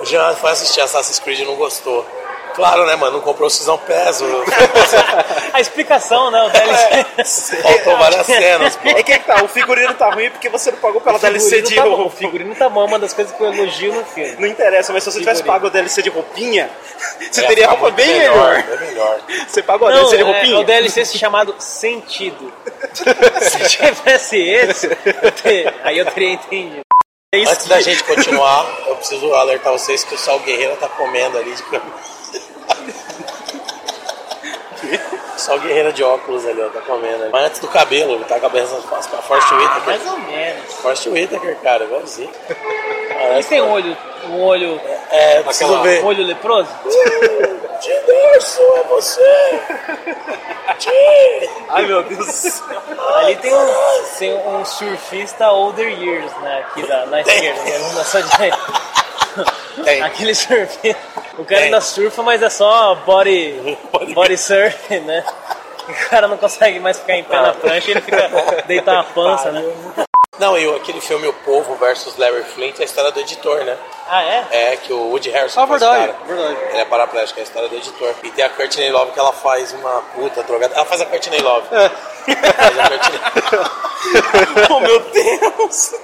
Speaker 1: O Jean foi assistir Assassin's Creed e não gostou. Claro, né, mano? Não comprou o Season Pass. o-
Speaker 2: A explicação, né? O DLC.
Speaker 1: Faltou várias cenas. pô.
Speaker 4: É que tá, o figurino tá ruim porque você não pagou pela DLC é, de
Speaker 2: tá bom, o
Speaker 4: roupa.
Speaker 2: figurino tá bom, é uma das coisas que eu elogio no filme.
Speaker 4: Não interessa, mas se você tivesse
Speaker 2: Figurino.
Speaker 4: pago a DLC de roupinha, você
Speaker 1: É,
Speaker 4: teria
Speaker 1: tá
Speaker 4: roupa bem
Speaker 1: melhor.
Speaker 4: melhor.
Speaker 1: É melhor.
Speaker 4: Você pagou a
Speaker 2: Não,
Speaker 4: DLC de
Speaker 2: é, é o
Speaker 4: roupinha?
Speaker 2: DLC se chamado Sentido. Se tivesse esse, eu ter- aí eu teria entendido. É isso
Speaker 1: Antes da gente continuar, eu preciso alertar vocês que o Sal Guerreiro tá comendo ali de camisa. Sal Guerreiro de óculos ali, ó, tá comendo ali. Mas antes do cabelo, ele tá com a cabeça com a Force Whitaker.
Speaker 4: Ah,
Speaker 2: Mais ou menos.
Speaker 1: Force Whitaker, cara, igualzinho.
Speaker 2: Ele tem um olho, um olho,
Speaker 1: É, eu preciso
Speaker 6: Aquela-
Speaker 1: ver.
Speaker 2: um olho leproso?
Speaker 1: Tiderson, é você! Ti!
Speaker 4: Ai meu Deus do céu.
Speaker 2: Ali tem um, tem um surfista older years, né? Aqui da, na esquerda, né? Não dá só direita.
Speaker 1: Tem.
Speaker 2: Aquele surfista. O cara
Speaker 1: Tem.
Speaker 2: ainda surfa, mas é só body, body surf, né? O cara não consegue mais ficar em pé na prancha, ele fica deitar na pança, né?
Speaker 1: Não, e o- aquele filme O Povo versus Larry Flint é a história do editor, né?
Speaker 2: Ah, é?
Speaker 1: É, que o Woody Harrison
Speaker 4: Ah,
Speaker 1: faz
Speaker 4: verdade,
Speaker 1: cara.
Speaker 4: verdade.
Speaker 1: Ele é paraplégico, é a história do editor. E tem a Courtney Love que ela faz uma puta drogada. Ela
Speaker 4: É.
Speaker 1: faz a Courtney Love. Faz a Courtney-
Speaker 4: Oh meu Deus.